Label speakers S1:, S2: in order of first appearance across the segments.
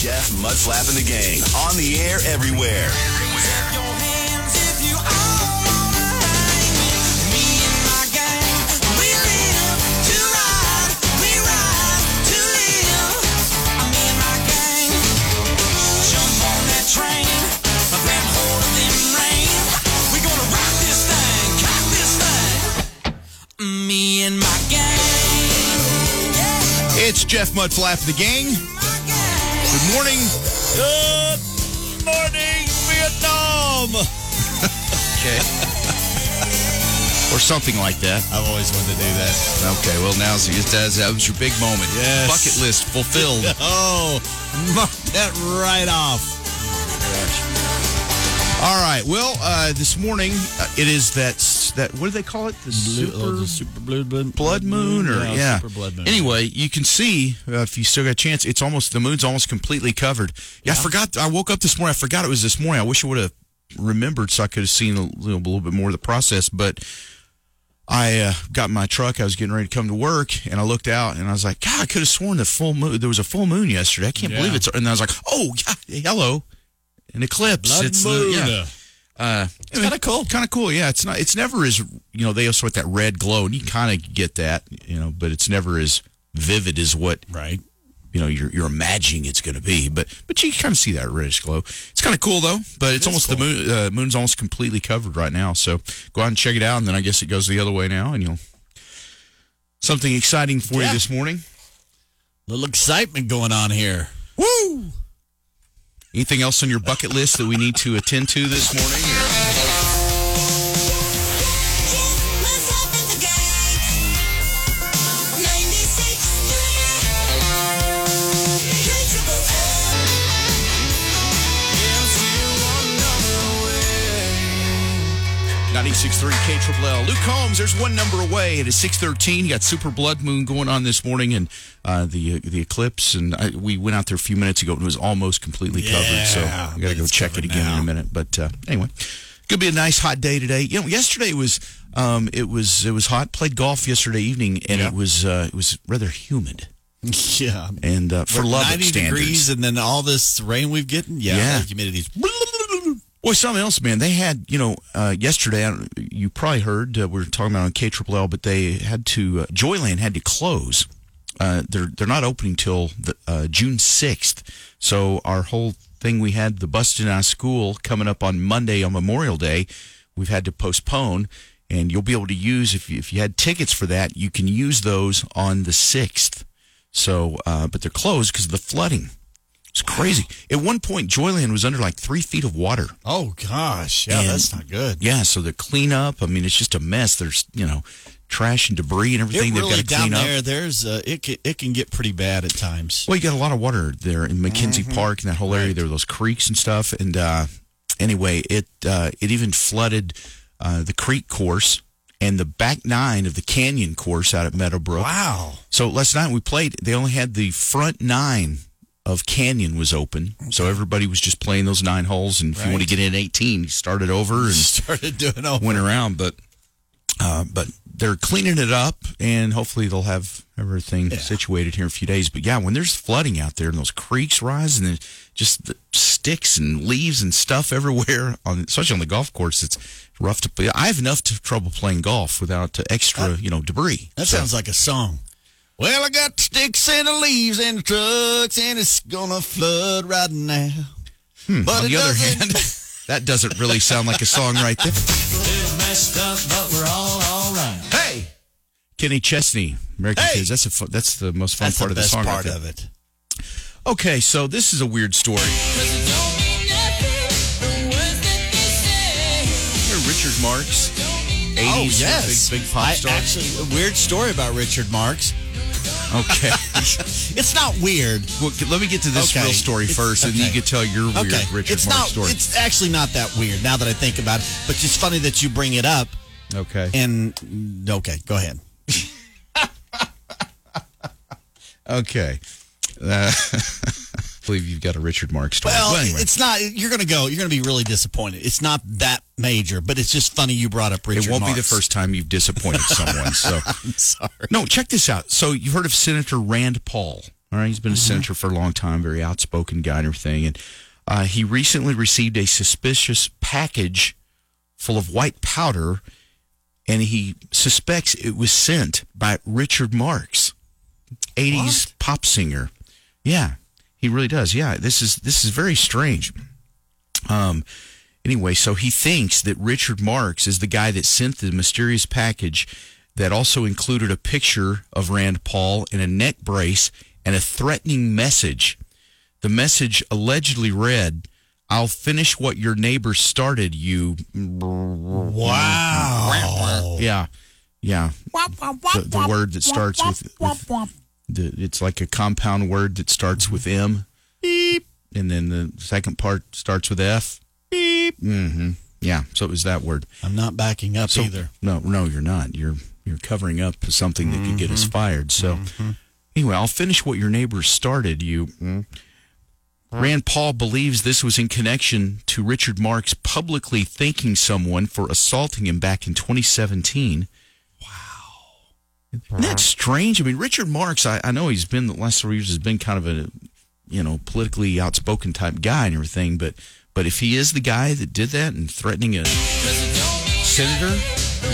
S1: Jeff Mudslap and the gang on the air everywhere.
S2: Me and my gang,
S3: It's Jeff Mudflap of the gang.
S2: my gang.
S3: Good morning.
S4: Good morning, Vietnam.
S3: Okay. or something like that.
S4: I've always wanted to do that.
S3: Okay, well, now's that's, that was your big moment.
S4: Yes.
S3: Bucket list fulfilled.
S4: Oh, mark that right off.
S3: All right, well, uh, this morning uh, it is that, s- that what do they call it? The super
S4: super blue,
S3: blood moon? or Yeah.
S4: super blood moon.
S3: Anyway, you can see uh, if you still got a chance, it's almost, the moon's almost completely covered. Yeah, I forgot, I woke up this morning, I forgot it was this morning. I wish I would have remembered so I could have seen a little, a little bit more of the process, but I uh, got in my truck. I was getting ready to come to work, and I looked out, and I was like, "God, I could have sworn the full moon. There was a full moon yesterday. I can't
S4: Yeah.
S3: believe it's." And I was like, "Oh, God, hello, an eclipse.
S4: blood
S3: it's
S4: moon.
S3: The, yeah, uh, it's kind of cool. Kind of cool. Yeah, it's not. It's never as you know. They also with that red glow, and you kind of get that, you know, but it's never as vivid as what
S4: Right.
S3: you know you're you're imagining it's going to be. But but you kind of see that reddish glow. It's kind of cool though. But it's almost the moon. Uh, moon's almost completely covered right now. So go out and check it out, and then I guess it goes the other way now, and you'll something exciting for you
S4: Yeah.
S3: this morning.
S4: Little excitement going on here.
S3: Woo! Anything else on your bucket list that we need to attend to this morning? Ninety-six three K Triple L. Luke Holmes, there's one number away. It is 613. You got super blood moon going on this morning and uh, the the eclipse. And I, we went out there a few minutes ago and it was almost completely covered. So
S4: Yeah,
S3: I got to
S4: but
S3: go
S4: it's
S3: check it
S4: covered
S3: again in
S4: now.
S3: a minute. But uh, anyway, going to be a nice hot day today. You know, yesterday was um, it was it was hot. Played golf yesterday evening and
S4: Yeah.
S3: it was uh, it was rather humid.
S4: Yeah.
S3: And uh, for Lubbock
S4: Ninety
S3: standards.
S4: degrees, and then all this rain we've getting. Yeah.
S3: Yeah.
S4: the Humidity's.
S3: Boy, something else, man. They had, you know, uh, yesterday, I don't, you probably heard, uh, we were talking about on KLL, but they had to, uh, Joyland had to close. Uh, they're, they're not opening till the, uh, June 6th. So our whole thing we had, the Busted Out School coming up on Monday on Memorial Day, we've had to postpone. And you'll be able to use, if you, if you had tickets for that, you can use those on the 6th. So, uh, but they're closed because of the flooding. It's crazy. At one point, Joyland was under like three feet of water.
S4: Oh gosh. Yeah,
S3: And-
S4: that's not good.
S3: Yeah, so the cleanup, I mean, it's just a mess. There's, you know, trash and debris and everything
S4: It really
S3: they've got to
S4: down
S3: clean up.
S4: there. There's uh, it. Can, it can get pretty bad at times.
S3: Well, you got a lot of water there in McKenzie
S4: Mm-hmm.
S3: Park and that whole area. There were those creeks and stuff. And uh, anyway, it uh, it even flooded uh, the creek course and the back nine of the canyon course out at Meadowbrook.
S4: Wow.
S3: So last night we played. They only had the front nine of Canyon was open, so everybody was just playing those nine holes. And if you want to get in eighteen, you started over and
S4: Started doing all.
S3: Oh, went around. But uh, but they're cleaning it up, and hopefully they'll have everything situated here in a few days. But yeah, when there's flooding out there and those creeks rise, and then just the sticks and leaves and stuff everywhere, on especially on the golf course, it's rough to play. I have enough to, trouble playing golf without uh, extra, you know, debris.
S4: That
S3: So-
S4: sounds like a song. Well, I got sticks and the leaves and the trucks, and it's gonna flood right now. But
S3: Hmm, on
S4: it
S3: the other
S4: doesn't-
S3: hand, that doesn't really sound like a song right there.
S4: It messed up, but we're all all right.
S3: Hey, Kenny Chesney, American
S4: Hey!
S3: Kids. That's a fu- that's the most fun
S4: That's
S3: part
S4: the
S3: of the
S4: best
S3: song. right
S4: part
S3: there.
S4: of it.
S3: Okay, so this is a weird story. Here, Richard Marks, eighties, big big pop
S4: Oh, I-
S3: star.
S4: actually, a weird story about Richard Marks.
S3: okay,
S4: It's not weird.
S3: well, c- let me get to this
S4: Okay.
S3: real story
S4: It's-
S3: first, and then you
S4: okay.
S3: can tell your weird
S4: Okay,
S3: Richard
S4: it's
S3: Marks
S4: not.
S3: story.
S4: It's actually not that weird now that I think about it. But it's funny that you bring it up.
S3: Okay,
S4: And mm, okay, go ahead.
S3: okay. Uh, I believe you've got a Richard Marks story.
S4: Well,
S3: But anyway.
S4: it's not. You're going to go. You're going to be really disappointed. It's not that major, but it's just funny you brought up Richard.
S3: it won't be the
S4: Marx.
S3: first time you've disappointed someone. So
S4: I'm sorry.
S3: No, check this out. So you've heard of Senator Rand Paul, All right, he's been a
S4: Mm-hmm.
S3: senator for a long time, very outspoken guy and everything. And uh, he recently received a suspicious package full of white powder, and he suspects it was sent by Richard Marx, '80s pop singer. Yeah, he really does. Yeah, this is this is very strange. Um, anyway, so he thinks that Richard Marx is the guy that sent the mysterious package that also included a picture of Rand Paul in a neck brace and a threatening message. The message allegedly read, I'll finish what your neighbor started, you.
S4: Wow.
S3: Yeah. Yeah. The, the word that starts with, with the, it's like a compound word that starts with M. Beep. And then the second part starts with F. Beep. hmm Yeah. So it was that word.
S4: I'm not backing up either.
S3: No, no, you're not. You're you're covering up something that could get us fired. So anyway, I'll finish what your neighbor started. You. Rand Paul believes this was in connection to Richard Marks publicly thanking someone for assaulting him back in 2017. Wow. Isn't that strange? I mean, Richard Marks, I, I know he's been, the last three years, has been kind of a, you know, politically outspoken type guy and everything, but, but if he is the guy that did that and threatening a senator,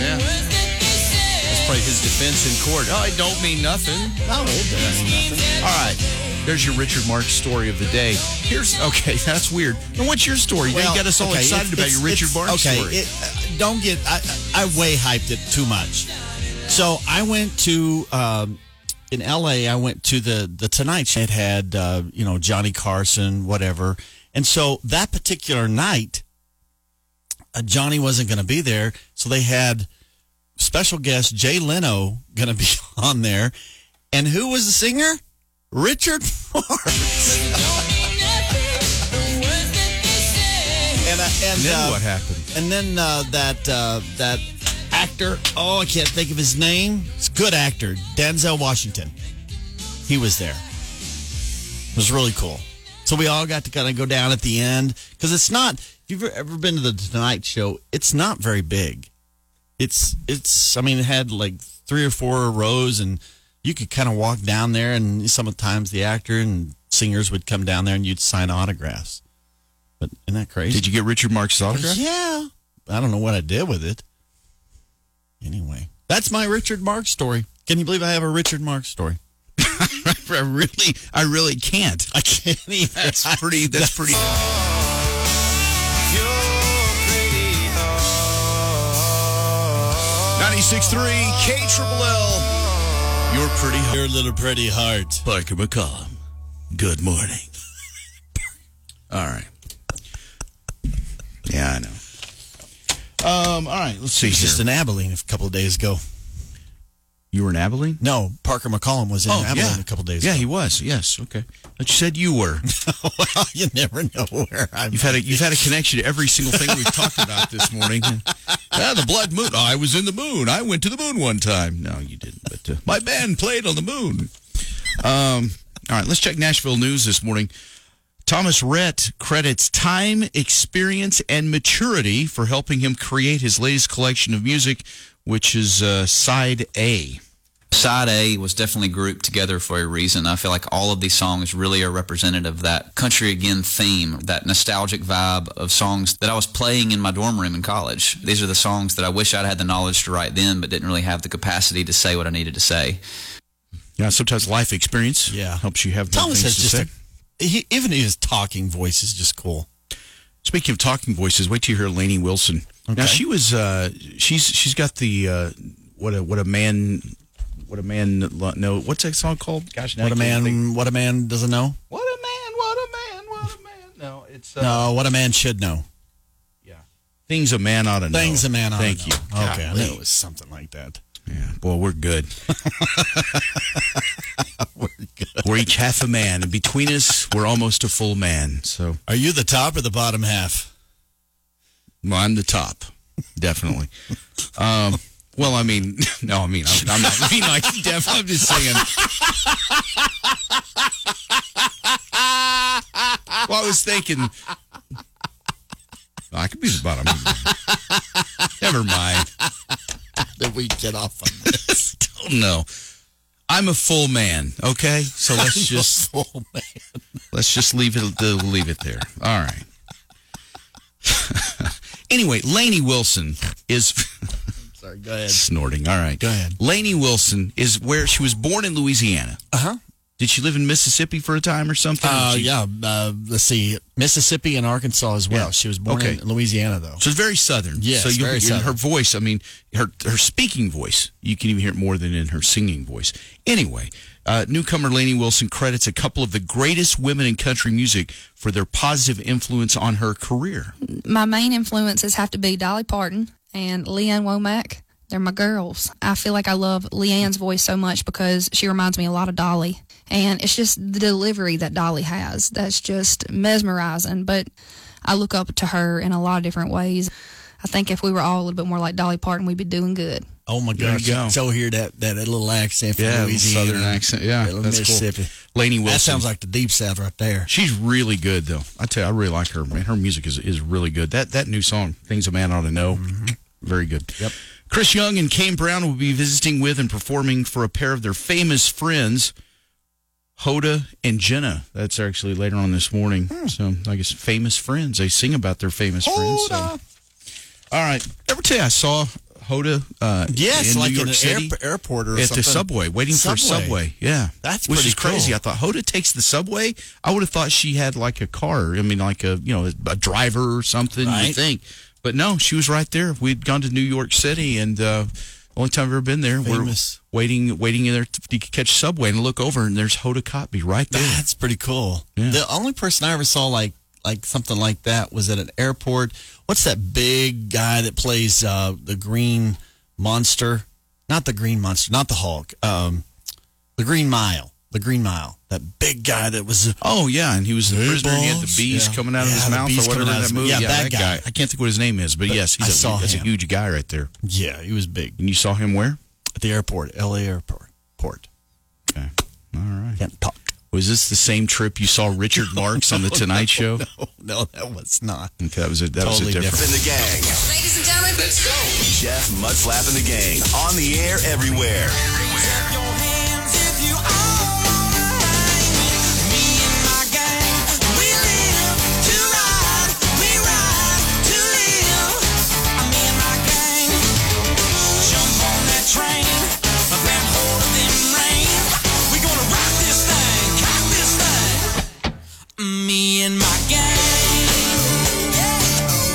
S5: Yeah. That's probably his defense in court. Oh, I don't mean nothing.
S4: No,
S5: All right.
S3: There's your Richard Marks story of the day. Here's okay, that's weird. And what's your story? Now you got us all excited about your Richard Marks
S4: okay,
S3: story.
S4: it- uh, don't get. I, I I way hyped it too much. So I went to um, in L.A. I went to the the Tonight Show. It had uh, you know Johnny Carson, whatever. And so that particular night, uh, Johnny wasn't going to be there. So they had special guest Jay Leno going to be on there. And who was the singer? Richard Marks. And, I, and
S3: then
S4: uh,
S3: what happened?
S4: and then uh, that uh, that actor. Oh, I can't think of his name. It's a good actor, Denzel Washington. He was there. It was really cool. So we all got to kind of go down at the end because it's not. If you've ever been to the Tonight Show, it's not very big. It's it's. I mean, it had like three or four rows, and you could kind of walk down there, and sometimes the actor and singers would come down there, and you'd sign autographs. But isn't that crazy?
S3: Did you get Richard Marks' autograph?
S4: Yeah. I don't know what I did with it. Anyway, that's my Richard Mark story. Can you believe I have a Richard Mark story?
S3: I really I really can't.
S4: I can't even.
S3: That's pretty that's pretty Ninety-six three K Triple L. You're pretty hot.
S4: Your little pretty heart.
S3: Parker McCollum. Good morning. all right. Yeah, I know. Um, all right, let's see.
S4: He's just
S3: here.
S4: in Abilene a couple of days ago.
S3: you were in Abilene?
S4: No, Parker McCollum was in Abilene a couple of days
S3: Oh, Yeah,
S4: ago.
S3: he was. Yes. Okay. But you said you were.
S4: well, you never know where I'm
S3: You've had a you've had a connection to every single thing we've talked about this morning. ah, the blood moon. I was in the moon. I went to the moon one time. No, you didn't. But uh, my band played on the moon. Um. All right. Let's check Nashville news this morning. Thomas Rhett credits time, experience, and maturity for helping him create his latest collection of music, which is uh, Side A.
S5: Side A was definitely grouped together for a reason. I feel like all of these songs really are representative of that country again theme, that nostalgic vibe of songs that I was playing in my dorm room in college. These are the songs that I wish I'd had the knowledge to write then, but didn't really have the capacity to say what I needed to say.
S3: Yeah, sometimes life experience
S4: Yeah.
S3: helps you have more
S4: Thomas
S3: things
S4: has
S3: to
S4: just
S3: say.
S4: a, he, even his talking voice is just cool.
S3: Speaking of talking voices, wait till you hear Lainey Wilson. Now she was uh, she's she's got the uh, what a what a man what a man lo- no what's that song called? Gosh, now
S4: What
S3: I
S4: a
S3: can't
S4: man!
S3: think.
S4: What a man doesn't know.
S3: What a man! What a man! What a man! No, it's uh,
S4: No, what a man should know.
S3: things a man ought to know.
S4: Things a man. ought to
S3: Thank
S4: know.
S3: you.
S4: Okay, I
S3: Golly.
S4: knew it was something like that.
S3: Yeah, boy, we're good. we're good. We're each half a man, and between us, we're almost a full man. So.
S4: Are you the top or the bottom half?
S3: Well, I'm the top, definitely. um, well, I mean, no, I mean, I'm, I'm not mean like def. I'm just saying. well, I was thinking I could be the bottom. Never mind.
S4: Did we get off on
S3: Oh no, I'm a full man. Okay, so let's just let's just leave it leave it there. All right. anyway, Laney Wilson is
S4: Sorry, go ahead.
S3: snorting. All right,
S4: Go ahead.
S3: Laney Wilson is where she was born in Louisiana.
S4: Uh huh.
S3: Did she live in Mississippi for a time or something?
S4: Uh,
S3: She-
S4: yeah. Uh, let's see. Mississippi and Arkansas as well.
S3: Yeah.
S4: She was born
S3: Okay.
S4: in Louisiana, though.
S3: So it's very southern.
S4: Yes,
S3: so you
S4: very southern.
S3: her voice, I mean, her her speaking voice, you can even hear it more than in her singing voice. Anyway, uh, newcomer Lainey Wilson credits a couple of the greatest women in country music for their positive influence on her career.
S6: my main influences have to be Dolly Parton and Leanne Womack. They're my girls. I feel like I love Leanne's voice so much because she reminds me a lot of Dolly. And it's just the delivery that Dolly has that's just mesmerizing. But I look up to her in a lot of different ways. I think if we were all a little bit more like Dolly Parton, we'd be doing good.
S4: Oh my
S3: There you
S4: gosh!
S3: go.
S4: So hear that that little accent from
S3: Yeah,
S4: Louisiana,
S3: southern accent. Yeah,
S4: Little
S3: that's cool.
S4: Mississippi.
S3: Lainey Wilson.
S4: That sounds like the deep south right there.
S3: She's really good, though. I tell you, I really like her. Man, her music is, is really good. That that new song, "Things a Man Ought to Know,"
S4: Mm-hmm.
S3: very good. Yep. Chris Young and Kane Brown will be visiting with and performing for a pair of their famous friends, Hoda and Jenna. That's actually later on this morning.
S4: Hmm.
S3: So I guess famous friends. They sing about their famous friends. So. All right. Ever tell you I saw Hoda? Uh,
S4: Yes,
S3: in
S4: like
S3: New York
S4: in an
S3: City.
S4: airp- airport or
S3: at
S4: something.
S3: the subway, waiting for a
S4: Subway.
S3: subway. Yeah,
S4: That's
S3: which
S4: pretty
S3: is crazy.
S4: cool.
S3: I thought Hoda takes the subway. I would have thought she had like a car. I mean, like a you know a driver or something. You would
S4: Right.
S3: think, but no, she was right there. We'd gone to New York City, and uh, only time I've ever been there,
S4: Famous.
S3: we're waiting, waiting in there to catch subway, and look over, and there's Hoda Kotb right there.
S4: That's pretty cool.
S3: Yeah.
S4: The only person I ever saw like like something like that was at an airport. What's that big guy that plays uh, the Green Monster? Not the Green Monster, not the Hulk. Um, the Green Mile. The Green Mile. That big guy that was.
S3: Oh yeah, and he was the
S4: Hey,
S3: prisoner. and He had the
S4: boss.
S3: bees
S4: Yeah.
S3: coming out of
S4: Yeah,
S3: his
S4: the
S3: mouth
S4: bees
S3: or whatever
S4: coming
S3: in
S4: out of
S3: that
S4: his-
S3: movie.
S4: yeah, that guy.
S3: I can't think what his name is, but, yes, he's
S4: I
S3: a,
S4: saw
S3: that's a
S4: him.
S3: huge guy right there.
S4: Yeah, he was big
S3: And you saw him where?
S4: at the airport, L.A. airport. Port.
S3: Okay, all right.
S4: Can't talk.
S3: Was this the same trip you saw Richard Marks on the Tonight Show?
S4: Oh no, that was not.
S3: Okay, that was a that
S4: Totally
S3: was a different.
S1: Jeff and the gang.
S2: Ladies and gentlemen, let's go.
S1: Jeff Mudslap and the gang. On the air everywhere.
S2: Clap your hands if you all wanna hang. Me and my gang, we live to ride. We ride to live. Me and my gang, jump on that train, grab hold of them reins. We gonna rock this thing, rock this thing. Me and my gang,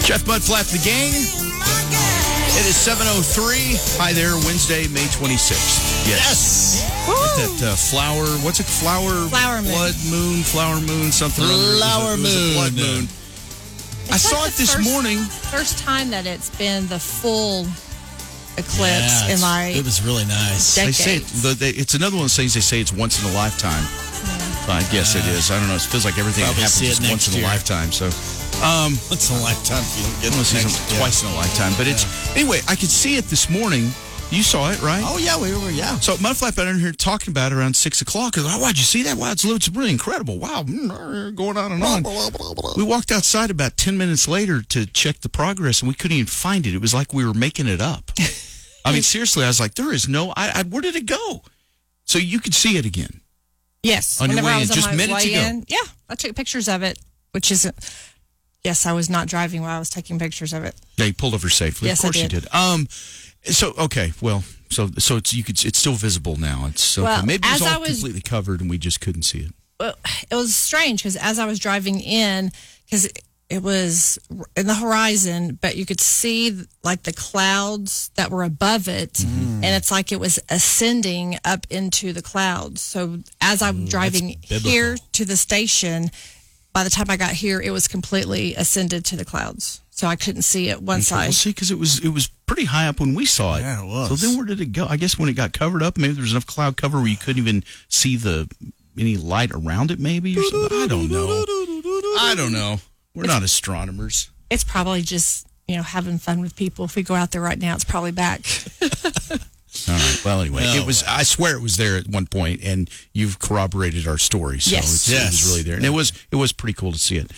S3: Jeff Mudflap, the gang.
S2: my gang.
S3: It is 7.03. Hi there, Wednesday, May 26th. Yes. With that uh, flower, what's it, flower?
S7: Flower moon.
S3: Blood moon, flower moon, something. or other. It was a-
S4: Flower
S3: it was a
S4: moon.
S3: blood moon. I
S7: It's
S3: saw it
S7: like the
S3: this
S7: first-
S3: morning.
S7: First time that it's been the full eclipse
S4: Yeah,
S7: in like
S4: it was really nice.
S3: They
S7: decades.
S3: say it, the, they, it's another one of those things they say it's once in a lifetime. I guess it is. I don't know. It feels like everything
S4: Probably
S3: happens
S4: see it
S3: just
S4: next
S3: once in a
S4: year.
S3: lifetime. So
S4: Once in a lifetime, you don't get
S3: Unless
S4: the
S3: he's
S4: next- yeah.
S3: twice in a lifetime. But it's anyway. I could see it this morning. You saw it, right?
S4: Oh yeah, we were yeah.
S3: So Mudflap out in here talking about it around six o'clock. I go, Oh, why'd you see that? Wow, it's, it's really incredible. Wow, mm, going on and on. We walked outside about ten minutes later to check the progress, and we couldn't even find it. It was like we were making it up. I mean, seriously, I was like, there is no. I, I where did it go? So you could see it again.
S7: yes.
S3: on your
S7: Whenever
S3: way
S7: I was
S3: in,
S7: on
S3: just
S7: my
S3: minutes
S7: way
S3: ago.
S7: in, yeah, I took pictures of it, which is yes, I was not driving while I was taking pictures of it.
S3: Yeah, you pulled over safely.
S7: Yes,
S3: of
S7: I
S3: course you
S7: did.
S3: did. Um, so okay, well, so so it's you could it's still visible now. It's okay.
S7: Well,
S3: maybe it's
S7: as I
S3: all
S7: was-
S3: completely covered and we just couldn't see it.
S7: Well, it was strange because as I was driving in, because it was in the horizon, but you could see like the clouds that were above it,
S4: Mm.
S7: and it's like it was ascending up into the clouds. So as I'm driving
S4: Mm, biblical.
S7: here to the station, by the time I got here, it was completely ascended to the clouds. So I couldn't see it once
S3: Well,
S7: I.
S3: see, because it was it was pretty high up when we saw it.
S4: Yeah, it was.
S3: So then where did it go? I guess when it got covered up, maybe there was enough cloud cover where you couldn't even see the any light around it. Maybe or something. I don't know. I don't know. We're not astronomers.
S7: It's probably just you know having fun with people. If we go out there right now, it's probably back.
S3: All right. Well, anyway,
S4: No
S3: it was. I swear it was there at one point, and you've corroborated our story. So
S7: Yes.
S3: it's, it
S4: Yes.
S3: was really there, and it was it was pretty cool to see it.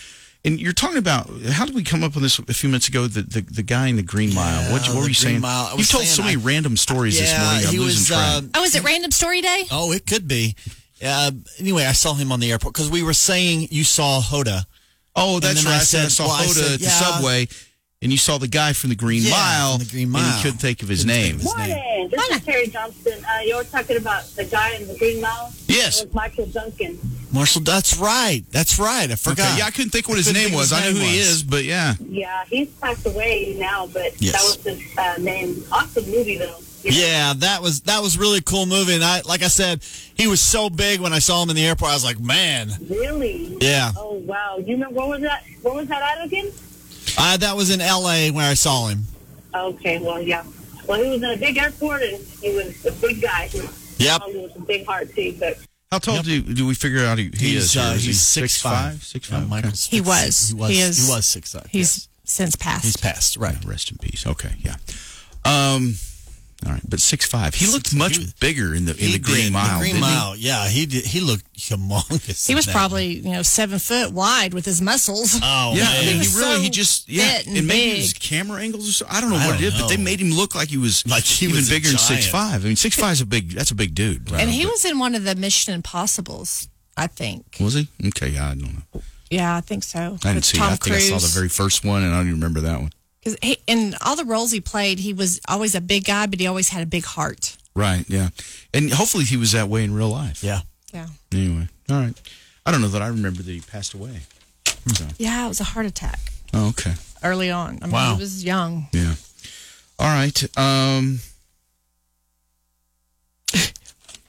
S3: And you're talking about how did we come up with this a few minutes ago? The the, the guy in the Green Mile. What, what were
S4: Yeah, the
S3: you
S4: Green
S3: saying?
S4: Mile. I
S3: You
S4: was
S3: told so
S4: saying
S3: many
S4: I-
S3: random stories this morning. I'm
S4: he
S3: losing
S4: was.
S3: track.
S4: Uh,
S7: Oh, is it random story day?
S4: oh, it could be. Uh, anyway, I saw him on the airport because we were saying you saw Hoda.
S3: oh, that's
S4: then
S3: right.
S4: I
S3: I said I
S4: said-
S3: saw
S4: well, I
S3: Hoda
S4: said,
S3: at the
S4: yeah.
S3: subway, and you saw the guy from the Green
S4: Yeah,
S3: Mile.
S4: from the Green
S3: And
S4: Mile.
S3: you couldn't think of his
S4: Couldn't think
S3: name.
S4: of his name.
S8: Morning. This
S7: Morning.
S8: is Terry Johnston. Uh, you were talking about the guy in the green mile.
S3: Yes.
S8: It was Michael Duncan.
S4: Marshall, that's right. That's right. I
S3: Okay.
S4: forgot.
S3: Yeah, I couldn't think what
S4: I
S3: his
S4: couldn't
S3: name
S4: think
S3: was.
S4: his
S3: I know
S4: name
S3: who he
S4: was.
S3: is, but yeah.
S8: Yeah, he's passed away now, but
S4: Yes.
S8: that was his uh, name. Awesome movie, though. You know?
S4: Yeah, that was that was really cool movie, and I like I said, he was so big when I saw him in the airport. I was like, man,
S8: Really?
S4: Yeah.
S8: Oh, wow. You know, what was that? What was that out again?
S4: uh, that was in L.A. where I saw him.
S8: Okay, well, yeah. Well, he was in a big airport, and he was a big guy. He was
S4: Yep.
S8: strong with a big heart, too, but
S3: How tall do do we figure out he, he is?
S4: He's, uh,
S3: here? Is he
S4: he's six five.
S3: Six
S4: Yeah,
S3: five. okay.
S4: Michael's
S7: He
S4: six-
S7: was.
S4: He was.
S7: He is.
S4: He was six five.
S7: He's since passed.
S4: he's passed. Right.
S3: Rest in peace. Okay, yeah. Um, all right, but six five. He looked much
S4: he was-
S3: bigger in the in
S4: He
S3: the Green
S4: did.
S3: Mile.
S4: The Green
S3: didn't he?
S4: Mile. Yeah, he did, he looked humongous.
S7: he
S4: in
S7: was
S4: that.
S7: probably you know seven foot wide with his muscles.
S4: Oh
S3: Yeah,
S4: man.
S3: I mean,
S7: was
S3: he really
S7: so
S3: he just yeah,
S7: fit and
S3: maybe
S7: big.
S3: his camera angles. Or so, I don't know
S4: I
S3: what
S4: don't
S3: it is, but they
S4: know.
S3: made him look like he was
S4: Like he
S3: even
S4: was a
S3: bigger than
S4: giant.
S3: six five. I mean, six five is a big. That's a big dude. Right?
S7: and he was in one of the Mission Impossibles, I think.
S3: was he okay? Yeah, I don't know.
S7: Yeah, I think so.
S3: I didn't
S7: With
S3: see. it.
S7: Tom
S3: I think I saw
S7: Cruise.
S3: the very first one, and I don't even remember that one.
S7: 'Cause he, in all the roles he played, he was always a big guy, but he always had a big heart.
S3: Right. Yeah, and hopefully he was that way in real life.
S4: Yeah.
S7: Yeah.
S3: Anyway, all right. I don't know that I remember that he passed away.
S7: Yeah, it was a heart attack
S3: Oh, okay.
S7: early on. I mean,
S4: Wow.
S7: he was young.
S3: Yeah. All right. Um,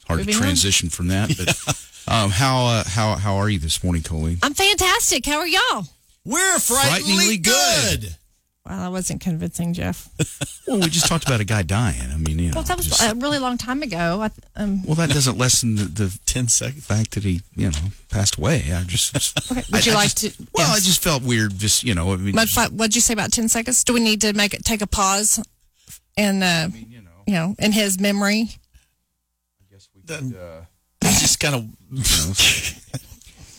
S3: hard to
S7: Moving on.
S3: transition from that, but um, how uh, how how are you this morning, Colleen?
S7: I'm fantastic. How are y'all?
S4: We're
S3: Frighteningly
S4: frighteningly
S3: good.
S4: good.
S7: Well, I wasn't convincing, Jeff.
S3: Well, we just talked about a guy dying. I mean, you know,
S7: Well, that was
S3: just-
S7: a really long time ago. I, th- um,
S3: well, that doesn't lessen the, the
S4: Ten seconds.
S3: fact that he, you know, passed away. I just
S7: would you like to?
S3: Well, I
S7: yes.
S3: just felt weird. Just you know, I mean,
S7: Mudflap, what'd you say about 10 seconds? Do we need to make it take a pause and, uh, you, know, in his memory?
S4: It's just kind of.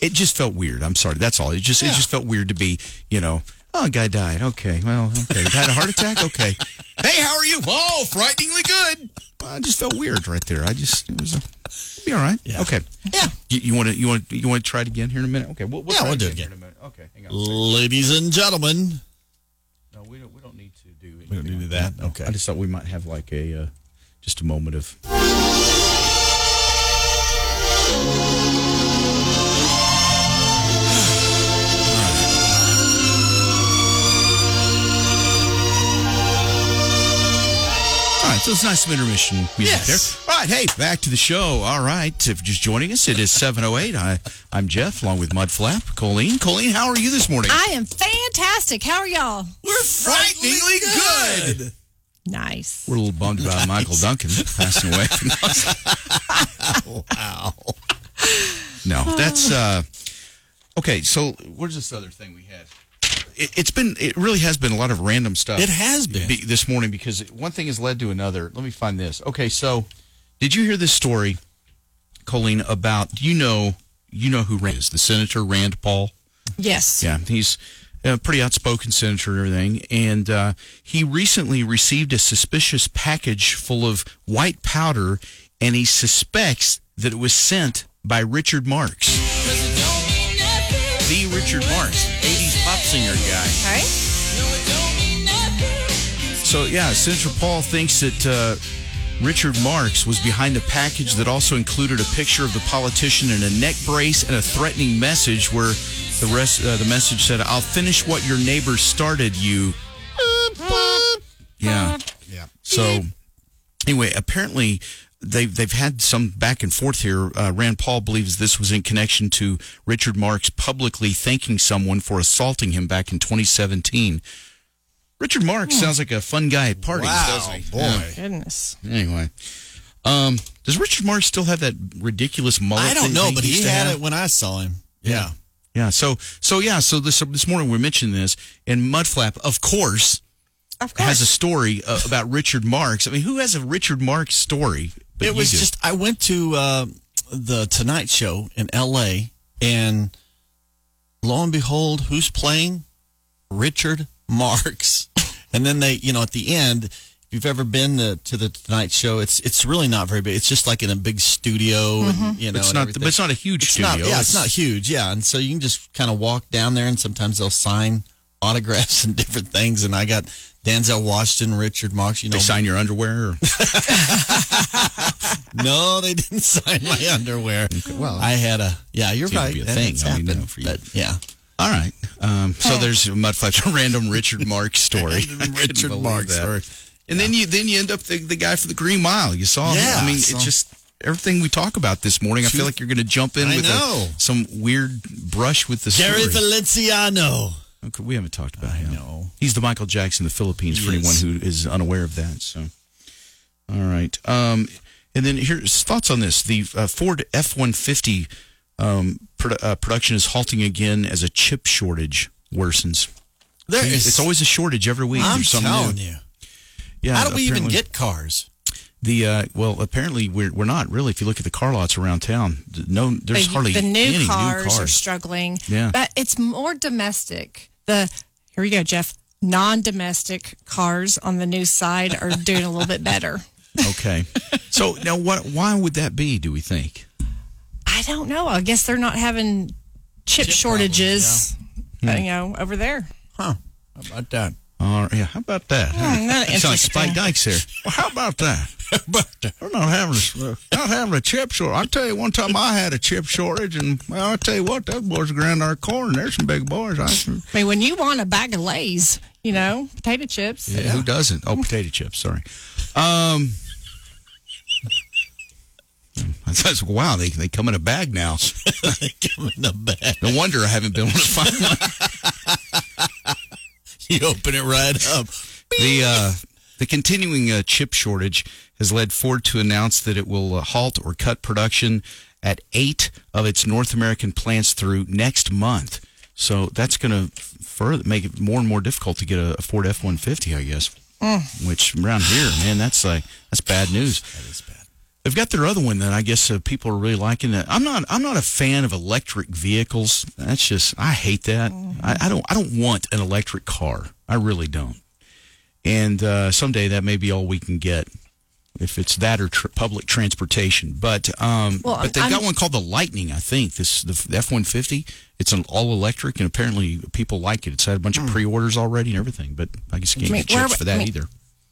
S3: it just felt weird. I'm sorry. That's all. It just it just felt weird to be, you know, oh, a guy died. Okay. Well, okay. Had a heart attack. Okay. hey, how are you? Oh, frighteningly good. I just felt weird right there. I just it was a, it'll be all right.
S4: Yeah.
S3: Okay.
S4: Yeah.
S3: You- You want to you want you want to try it again here in a minute? Okay. We'll, we'll
S4: Yeah,
S3: try
S4: we'll do it
S3: here in a minute. Okay. Hang on.
S4: Ladies and gentlemen,
S3: No, we don't we don't need to do.
S4: we don't do that. Okay.
S3: I just thought we might have like a uh, just a moment of. All right, So it's nice some intermission music
S4: Yes.
S3: there. All right, hey, back to the show. All right, if you're just joining us, it is 7.08. I, I'm Jeff, along with Mudflap, Colleen. Colleen, how are you this morning?
S7: I am fantastic. How are y'all?
S4: We're
S3: frighteningly good.
S7: Nice.
S3: We're a little bummed about Michael Duncan passing away. wow. No, that's uh, okay. So where's this other thing we had? It, it's been. It really has been a lot of random stuff.
S4: It has been.
S3: be, this morning because one thing has led to another. Let me find this. Okay, so did you hear this story, Colleen? About do you know you know who Rand is the senator Rand Paul?
S7: Yes.
S3: Yeah, he's a pretty outspoken senator and everything. And uh, he recently received a suspicious package full of white powder, and he suspects that it was sent by Richard Marx, the Richard Marx, 80s pop singer guy.
S7: Okay.
S3: So yeah, Senator Paul thinks that uh, Richard Marx was behind the package that also included a picture of the politician in a neck brace and a threatening message where the rest uh, the message said, "I'll finish what your neighbor started." You. Yeah.
S4: Yeah.
S3: So anyway, apparently they've they've had some back and forth here. Uh, Rand Paul believes this was in connection to Richard Marx publicly thanking someone for assaulting him back in 2017. Richard Marx sounds like a fun guy at parties, doesn't
S4: Hmm. Wow,
S3: he?
S4: boy.
S3: Yeah.
S7: Goodness.
S3: Anyway, um, does Richard Marx still have that ridiculous mullet?
S4: I
S3: that
S4: don't know,
S3: he
S4: but
S3: used
S4: he
S3: to
S4: had
S3: have?
S4: it when I saw him. Yeah.
S3: Yeah. So so yeah. So this this morning we mentioned this, and Mudflap, of course,
S7: Of course.
S3: has a story uh, about Richard Marx. I mean, who has a Richard Marx story? but
S4: it
S3: you
S4: was
S3: do?
S4: just I went to uh, the Tonight Show in L.A. and lo and behold, who's playing? Richard Marks. And then they, you know, at the end, if you've ever been to, to the Tonight Show, it's it's really not very big. It's just like in a big studio, and, you
S3: Mm-hmm.
S4: know.
S3: it's
S4: and
S3: not,
S4: everything.
S3: but it's not a huge
S4: It's
S3: studio.
S4: not- yeah, it's not huge. Yeah, and so you can just kind of walk down there, and sometimes they'll sign autographs and different things. And I got Danzel Washington, Richard Marks. You know,
S3: They sign your underwear. Or,
S4: no, they didn't sign my underwear. Well, I had a yeah. You're
S3: Seems to
S4: right.
S3: be a
S4: that
S3: thing.
S4: has
S3: I mean,
S4: happened,
S3: no, for you.
S4: but yeah.
S3: all right. Um, so there's Mudflash, a random Richard Marks story. I couldn't
S4: Richard
S3: believe
S4: Marks.
S3: that.
S4: Or,
S3: And then you then you end up the, the guy from the Green Mile. You saw him.
S4: Yeah,
S3: I mean,
S4: I
S3: it's
S4: saw him.
S3: just everything we talk about this morning. I feel like you're going to jump in
S4: I
S3: with a-
S4: know.
S3: some weird brush with the
S4: Gary
S3: story.
S4: Feliciano.
S3: okay, we haven't talked about him.
S4: know.
S3: He's the Michael Jackson of the Philippines for
S4: He
S3: anyone
S4: is.
S3: who is unaware of that. So, all right. Um, and then here's thoughts on this: the uh, Ford F-150 um, produ- uh, production is halting again as a chip shortage worsens.
S4: There is.
S3: It's always a shortage every week.
S4: I'm
S3: There's something new.
S4: telling you.
S3: Yeah,
S4: How do we even
S3: apparently-
S4: get cars?
S3: The uh, well, apparently we're we're not really. If you look at the car lots around town, th- no, there's
S7: the,
S3: hardly
S7: the new,
S3: any
S7: cars
S3: new
S7: are
S3: cars.
S7: struggling.
S3: Yeah.
S7: But it's more domestic. The here we go, Jeff. Non-domestic cars on the new side are doing a little bit better.
S3: okay, so now what? Why would that be? Do we think?
S7: I don't know. I guess they're not having chip, shortages, uh, you know, over there.
S4: Huh? How about that?
S3: All right, yeah, how about Oh, that?
S7: Hmm, that's
S3: It's like Spike
S7: interesting.
S3: Dykes here. Well, how about that? We're not having a, not having a chip shortage. I tell you, one time I had a chip shortage, and well, I tell you what, those boys are grinding our corn. There's some big boys. I,
S7: I mean, when you want a bag of Lay's, you know, potato chips.
S3: Who doesn't? Oh, potato chips. Sorry. Um, that's wow. They they come in a bag now.
S4: in the back.
S3: No wonder I haven't been able to find one.
S4: You open it right up.
S3: The uh, the continuing uh, chip shortage has led Ford to announce that it will uh, halt or cut production at eight of its North American plants through next month. So that's going to further make it more and more difficult to get a, a Ford F one fifty, I guess. Which around here, man, that's like that's bad news. That is bad. They've got their other one that I guess uh, people are really liking. That I'm not. I'm not a fan of electric vehicles. That's just I hate that.
S7: Mm-hmm.
S3: I, I don't. I don't want an electric car. I really don't and uh, someday that may be all we can get if it's that or tr- public transportation. But um,
S7: Well,
S3: but they've
S7: I'm-
S3: got one called the Lightning, I think. This the F one fifty. It's an all electric, and apparently people like it. It's had a bunch of pre orders already and everything. But I guess you can't
S7: I mean,
S3: get
S7: Mm. where
S3: chips
S7: would-
S3: for that
S7: I mean-
S3: either.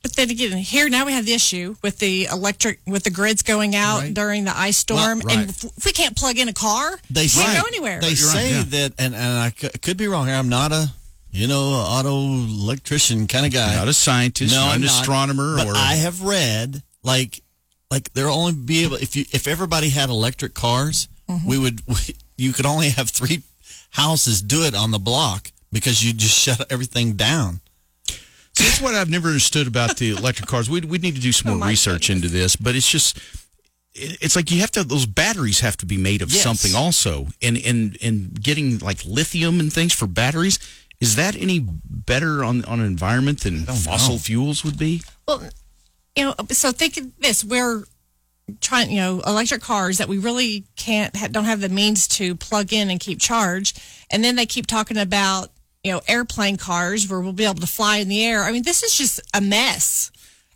S7: But then again, here now we have the issue with the electric, with the grids going out during the ice storm,
S4: Well, right.
S7: and if if we can't plug in a car,
S4: They
S7: we
S4: say,
S7: can't go anywhere.
S4: They say
S3: yeah.
S4: that, and, and I c- could be wrong here. I'm not a, you know, auto electrician kind of guy.
S3: Not a scientist,
S4: no,
S3: not an
S4: I'm not.
S3: astronomer,
S4: But
S3: or
S4: I have read like, like there only be able if you if everybody had electric cars, we would we, you could only have three houses do it on the block because you just shut everything down.
S3: So that's what I've never understood about the electric cars. We we need to do some more research into this, but it's just it- it's like you have to those batteries have to be made of
S4: Yes.
S3: something also, and and and getting like lithium and things for batteries. Is that any better on on environment than fossil fuels would be?
S7: Well, you know, so think of this: we're trying, you know, electric cars that we really can't ha- don't have the means to plug in and keep charge, and then they keep talking about you know airplane cars where we'll be able to fly in the air. I mean, this is just a mess.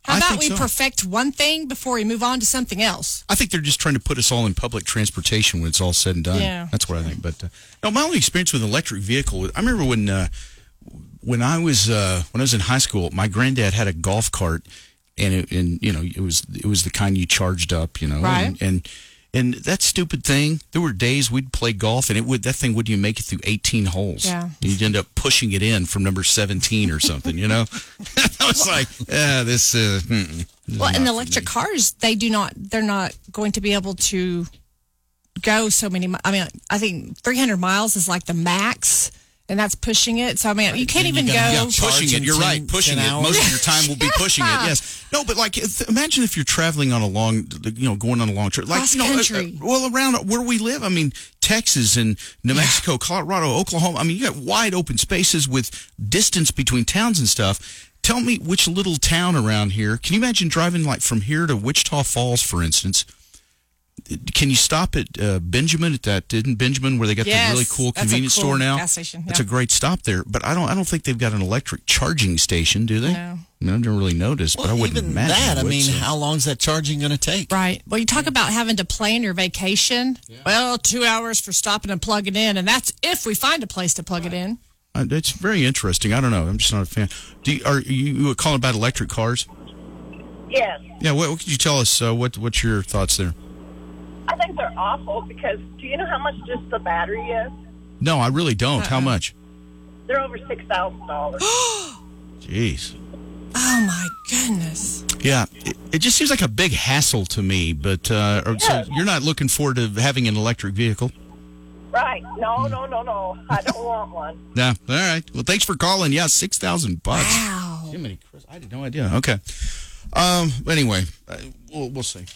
S7: How
S3: I
S7: about
S3: think
S7: we
S3: so.
S7: perfect one thing before we move on to something else?
S3: I think they're just trying to put us all in public transportation when it's all said and done.
S7: Yeah.
S3: That's what I think. But uh, no, my only experience with an electric vehicle was I remember when uh, when I was uh, when I was in high school, my granddad had a golf cart, and it, and you know it was it was the kind you charged up, you know,
S7: Right.
S3: and. and and that stupid thing. There were days we'd play golf, and it would that thing wouldn't even make it through eighteen holes.
S7: Yeah.
S3: you'd end up pushing it in from number seventeen or something. You know, I was like, yeah, this. Uh, mm-mm.
S7: Well, in electric cars, they do not. They're not going to be able to go so many. mi- I mean, I think 300 miles is like the max, and that's pushing it. So I mean, you can't even
S4: gotta
S7: go.
S4: have
S3: Yeah, pushing it. You're
S4: Charging
S3: right,
S4: 10
S3: pushing
S4: 10
S3: it.
S4: hours.
S3: Most of your time will be pushing it. Yes. No, but like, if- imagine if you're traveling on a long, you know, going on a long trip, like
S7: Cross
S3: you know, uh,
S7: country.
S3: uh, well, around where we live. I mean, Texas and New Mexico, Colorado, Oklahoma. I mean, you got wide open spaces with distance between towns and stuff. Tell me which little town around here. Can you imagine driving like from here to Wichita Falls, for instance? Can you stop at uh, Benjamin at that? Didn't Benjamin where they got
S7: Yes,
S3: the really cool
S7: that's a
S3: convenience
S7: cool
S3: store now?
S7: gas station,
S3: That's a
S7: yeah.
S3: great stop there. But I don't. I don't think they've got an electric charging station, do they?
S7: No.
S3: I mean, I don't really notice, but I wouldn't
S4: even
S3: imagine.
S4: that.
S3: they
S4: I
S3: would,
S4: mean,
S3: so-
S4: how long is that charging going to take?
S7: Right. Well, you talk about having to plan your vacation. Well, two hours for stopping and plugging in, and that's if we find a place to plug it in.
S3: Uh, that's very interesting. I don't know. I'm just not a fan. Do you, are you, you were calling about electric cars?
S8: Yes.
S3: Yeah. What, what could you tell us? Uh, what What's your thoughts there?
S8: I think they're awful because do you know how much just the battery is?
S3: No, I really don't. How much?
S8: They're over six thousand dollars.
S3: Jeez.
S7: Oh my goodness.
S3: Yeah, it, it just seems like a big hassle to me. But uh, or- so you're not looking forward to having an electric vehicle?
S8: Right? No, no, no, no. I don't want one.
S3: No. All right. Well, thanks for calling. Yeah, six thousand bucks.
S7: Wow.
S3: Jiminy Chris, I had no idea. Okay. Um. Anyway, uh, we'll we'll see.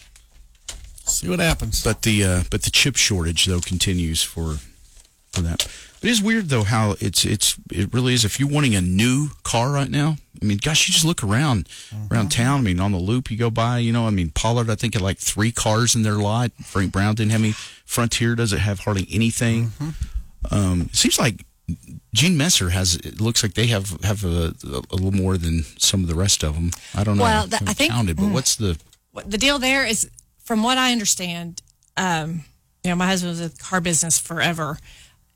S4: See what happens.
S3: But the uh, but the chip shortage though continues for for that. It is weird though how it's it's it really is. If you're wanting a new car right now, I mean, gosh, you just look around
S4: Mm-hmm.
S3: around town. I mean, on the loop you go by, you know. I mean, Pollard, I think had like three cars in their lot. Frank Brown didn't have any. Frontier doesn't have hardly anything.
S4: Mm-hmm.
S3: Um, it seems like Gene Messer has. It looks like they have have a, a little more than some of the rest of them. I don't know.
S7: Well, that-
S3: haven't
S7: I think- Mm.
S3: counted, but what's the
S7: What- The deal there is, from what I understand, um, you know, my husband was in the car business forever,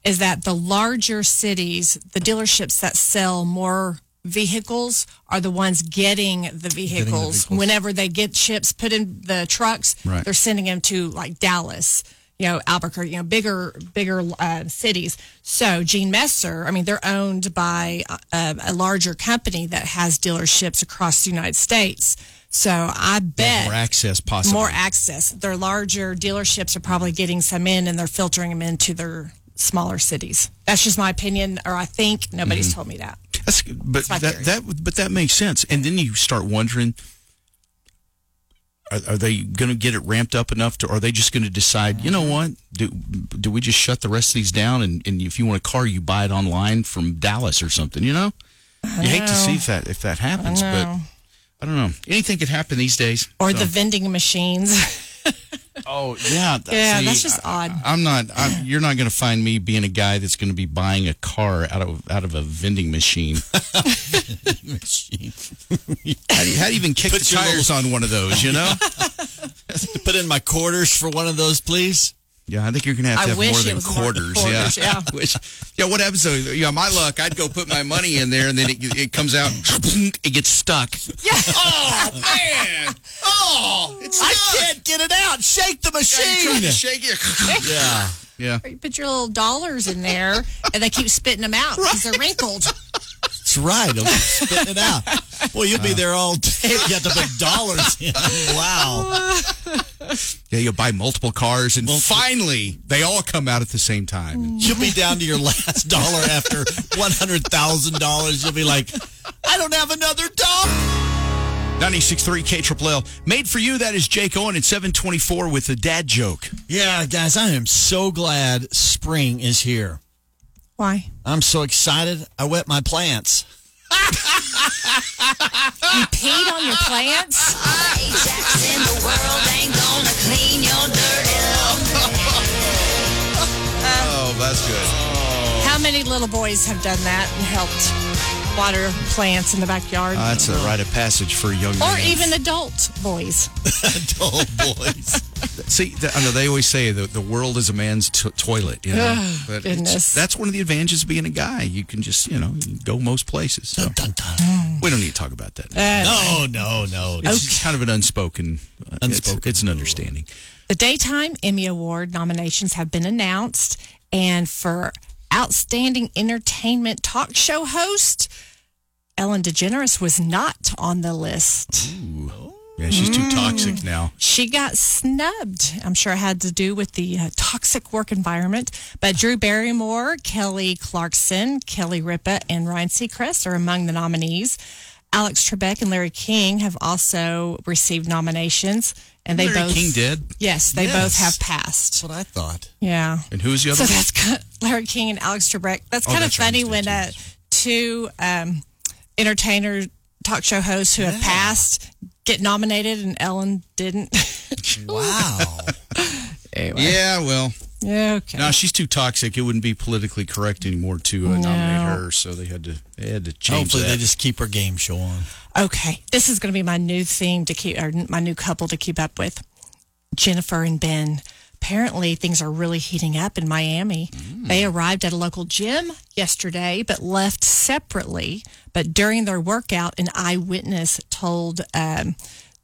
S7: is that the larger cities, the dealerships that sell more vehicles are the ones getting the vehicles. Whenever they get chips put in the trucks,
S3: Right.
S7: they're sending them to like Dallas, you know, Albuquerque, you know, bigger, bigger uh, cities. So Gene Messer, I mean, they're owned by a, a larger company that has dealerships across the United States. So I bet
S3: more access possible?
S7: more access. Their larger dealerships are probably getting some in and they're filtering them into their smaller cities. That's just my opinion, or I think nobody's
S3: Mm-hmm.
S7: told me that.
S3: That's but
S7: my
S3: that,
S7: theory.
S3: that but that makes sense. And then you start wondering. Are, are they going to get it ramped up enough to? Are they just going to decide? You know
S7: Mm-hmm.
S3: what? Do do we just shut the rest of these down? And, and if you want a car, you buy it online from Dallas or something. You know, you hate to see if that if that happens, but I don't know. Anything could happen these days.
S7: Or
S3: so-
S7: the vending machines.
S3: oh yeah
S7: Yeah, that's just odd.
S3: I, am not. I'm, you're not going to find me being a guy that's going to be buying a car out of out of a vending machine. How do you, how do you even kick
S4: Put
S3: the
S4: your
S3: tires on one of those, you know?
S4: Put in my quarters for one of those, please.
S3: yeah, I think you're going to have
S7: I
S3: to have
S7: wish
S3: more
S7: it
S3: than
S7: was more
S3: quarters.
S7: than quarters,
S3: yeah.
S7: yeah.
S3: I wish- yeah, what happens? though, Yeah, my luck, I'd go put my money in there and then it, it comes out, it gets stuck.
S7: yeah.
S3: Man! Oh! It's
S4: I can't get it out. Shake the
S3: trying to
S4: machine.
S3: shake it.
S4: Yeah.
S3: Yeah.
S7: Or you put your little dollars in there and they keep spitting them out because they're wrinkled.
S4: That's right. I'm spitting it out. Well, you'll be there all day. You got to put dollars in. Wow.
S3: Yeah, you'll buy multiple cars and finally they all come out at the same time.
S4: Mm. You'll be down to your last dollar after $100,000. You'll be like, I don't have another dollar.
S3: 96.3 K Triple L. Made for you, that is Jake Owen at 724 with a dad joke.
S4: Yeah, guys, I am so glad spring is here.
S7: Why?
S4: I'm so excited. I wet my plants.
S7: You peed on your plants?
S2: Jackson, the world ain't gonna clean your dirty
S3: Oh, that's good.
S7: How many little boys have done that and helped water plants in the backyard?
S3: Uh, that's a rite of passage for young
S7: or
S3: men.
S7: even adult boys.
S4: Adult boys.
S3: see. th I know they always say the the world is a man's to toilet. You know, but it's-
S7: goodness.
S3: that's one of the advantages of being a guy. You can just you know you can go most places. So. We don't need to talk about that.
S7: Uh,
S4: No, no, Oh, no.
S3: it's just kind of an unspoken, uh, it's- It's,
S4: Unspoken
S3: an understanding.
S7: The Daytime Emmy Award nominations have been announced, and for Outstanding Entertainment Talk Show Host, Ellen DeGeneres was not on the list.
S3: Yeah, she's too
S7: Mm.
S3: toxic now.
S7: She got snubbed. I'm sure it had to do with the uh, toxic work environment. But Drew Barrymore, Kelly Clarkson, Kelly Ripa, and Ryan Seacrest are among the nominees. Alex Trebek and Larry King have also received nominations, and they
S3: Larry
S7: both
S3: King did?
S7: Yes, they
S4: Yes.
S7: both have passed.
S4: That's what I thought.
S7: Yeah.
S3: And who's the other?
S7: So
S3: one?
S7: that's kind of- Larry King and Alex Trebek. That's
S3: Oh,
S7: kind
S3: that's
S7: of funny
S3: right.
S7: when uh, two um, entertainer talk show hosts who have passed get nominated and Ellen didn't.
S4: Wow.
S7: Anyway.
S3: Yeah, well,
S7: Yeah. Okay.
S3: no, she's too toxic. It wouldn't be politically correct anymore to uh, nominate
S7: No.
S3: her, so they had to they had to change
S4: Hopefully,
S3: that.
S4: they just keep her game show on.
S7: Okay. This is going to be my new theme to keep, or my new couple to keep up with Jennifer and Ben. Apparently, things are really heating up in Miami. They arrived at a local gym yesterday, but left separately. But during their workout, an eyewitness told um,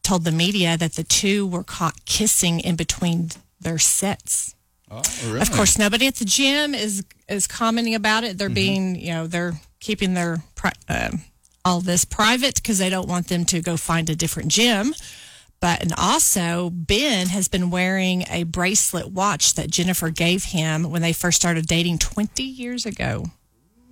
S7: told the media that the two were caught kissing in between their sets. Of course, nobody at the gym is is commenting about it. They're
S3: Mm-hmm.
S7: being, you know, they're keeping their pri- um all this private because they don't want them to go find a different gym. But and also, Ben has been wearing a bracelet watch that Jennifer gave him when they first started dating twenty years ago.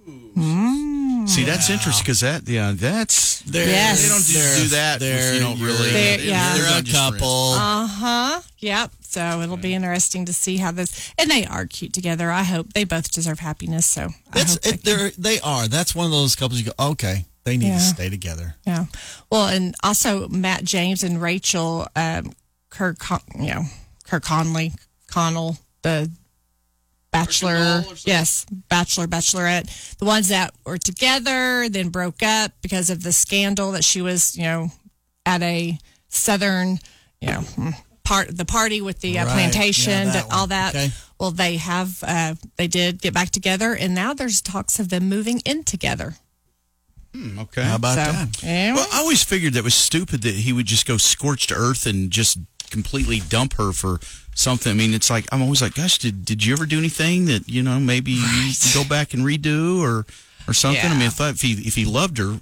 S3: See, that's interesting because that yeah, that's
S4: They're,
S7: Yes. They
S3: don't just do that if
S4: They're,
S3: you don't
S4: your-
S3: really-
S7: They're-
S4: They're,
S7: yeah.
S4: a couple.
S7: Yep. So it'll be interesting to see how this. And they are cute together. I hope they both deserve happiness. So I
S4: It's
S7: hope they
S4: it, they're, they are. That's one of those couples you go, okay, they need
S7: Yeah.
S4: to stay together.
S7: Yeah. Well, and also Matt James and Rachel um, Kirk, Con- you know, Kirk Conley, Connell, the Bachelor, yes, Bachelor, Bachelorette, the ones that were together, then broke up because of the scandal that she was, you know, at a southern, you know, mm, part the party with the uh,
S4: Right. Yeah,
S7: plantation,
S4: that
S7: all
S4: one.
S7: that.
S4: Okay.
S7: Well, they have, uh, they did get back together, and now there's talks of them moving in together.
S3: Mm, okay.
S4: How about
S7: so,
S4: that?
S7: yeah.
S3: Well, I always figured that was stupid that he would just go scorched earth and just completely dump her for something. I mean, it's like I'm always like, gosh, did did you ever do anything that you know maybe you could go back and redo or or something? I mean, I thought if he if he loved her,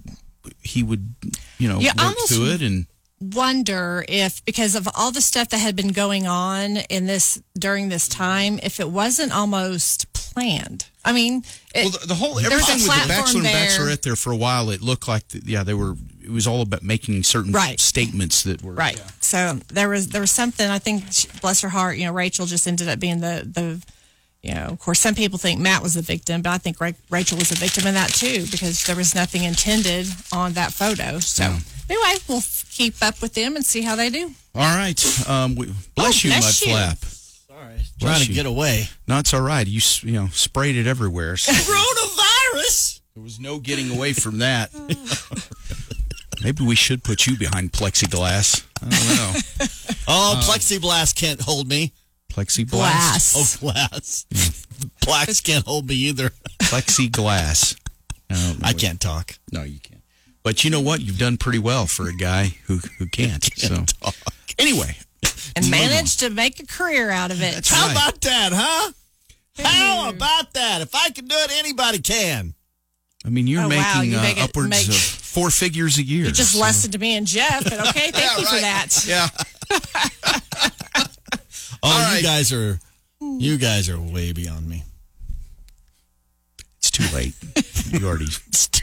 S3: he would you know
S7: Yeah,
S3: work
S7: almost-
S3: through it and
S7: wonder if because of all the stuff that had been going on in this during this time if it wasn't almost planned i mean it,
S3: Well, the, the whole
S7: there's a
S3: everything with the
S7: platform
S3: Bachelor and
S7: there.
S3: Bachelorette there for a while, it looked like the, yeah they were. It was all about making certain
S7: Right.
S3: statements that were
S7: right so there was there was something i think she- bless her heart you know rachel just ended up being the the you know of course some people think matt was the victim but i think Ra- rachel was the victim in that too because there was nothing intended on that photo so anyway we'll f- keep up with them and see how they do
S3: All right, um, we, bless you,
S7: Oh, bless
S3: Mud
S7: you.
S3: Flap.
S4: Trying to
S3: you.
S4: get away.
S3: No, it's all right. You s- you know sprayed it everywhere. So
S4: Coronavirus.
S3: there was no getting away from that. Maybe we should put you behind plexiglass. I don't know.
S7: Uh,
S4: Oh, plexiglass can't hold me.
S3: Plexiglass.
S4: Oh, glass. Blacks can't hold me either.
S3: Plexiglass. I, don't know
S4: I
S3: what-
S4: can't talk.
S3: No, you can't. But you know what? You've done pretty well for a guy who who can't. so anyway,
S7: and managed to make a career out of it
S4: How
S3: Right.
S4: about that, huh? How about that? If I can do it, anybody can.
S3: I mean, you're
S7: Oh,
S3: making
S7: wow, you
S3: uh,
S7: make it-
S3: upwards
S7: make-
S3: of four figures a year.
S7: You just
S3: so-
S7: listened to me and Jeff, but okay, thank you for that.
S3: Yeah.
S4: Oh, you guys are you guys are way beyond me.
S3: It's too late. You already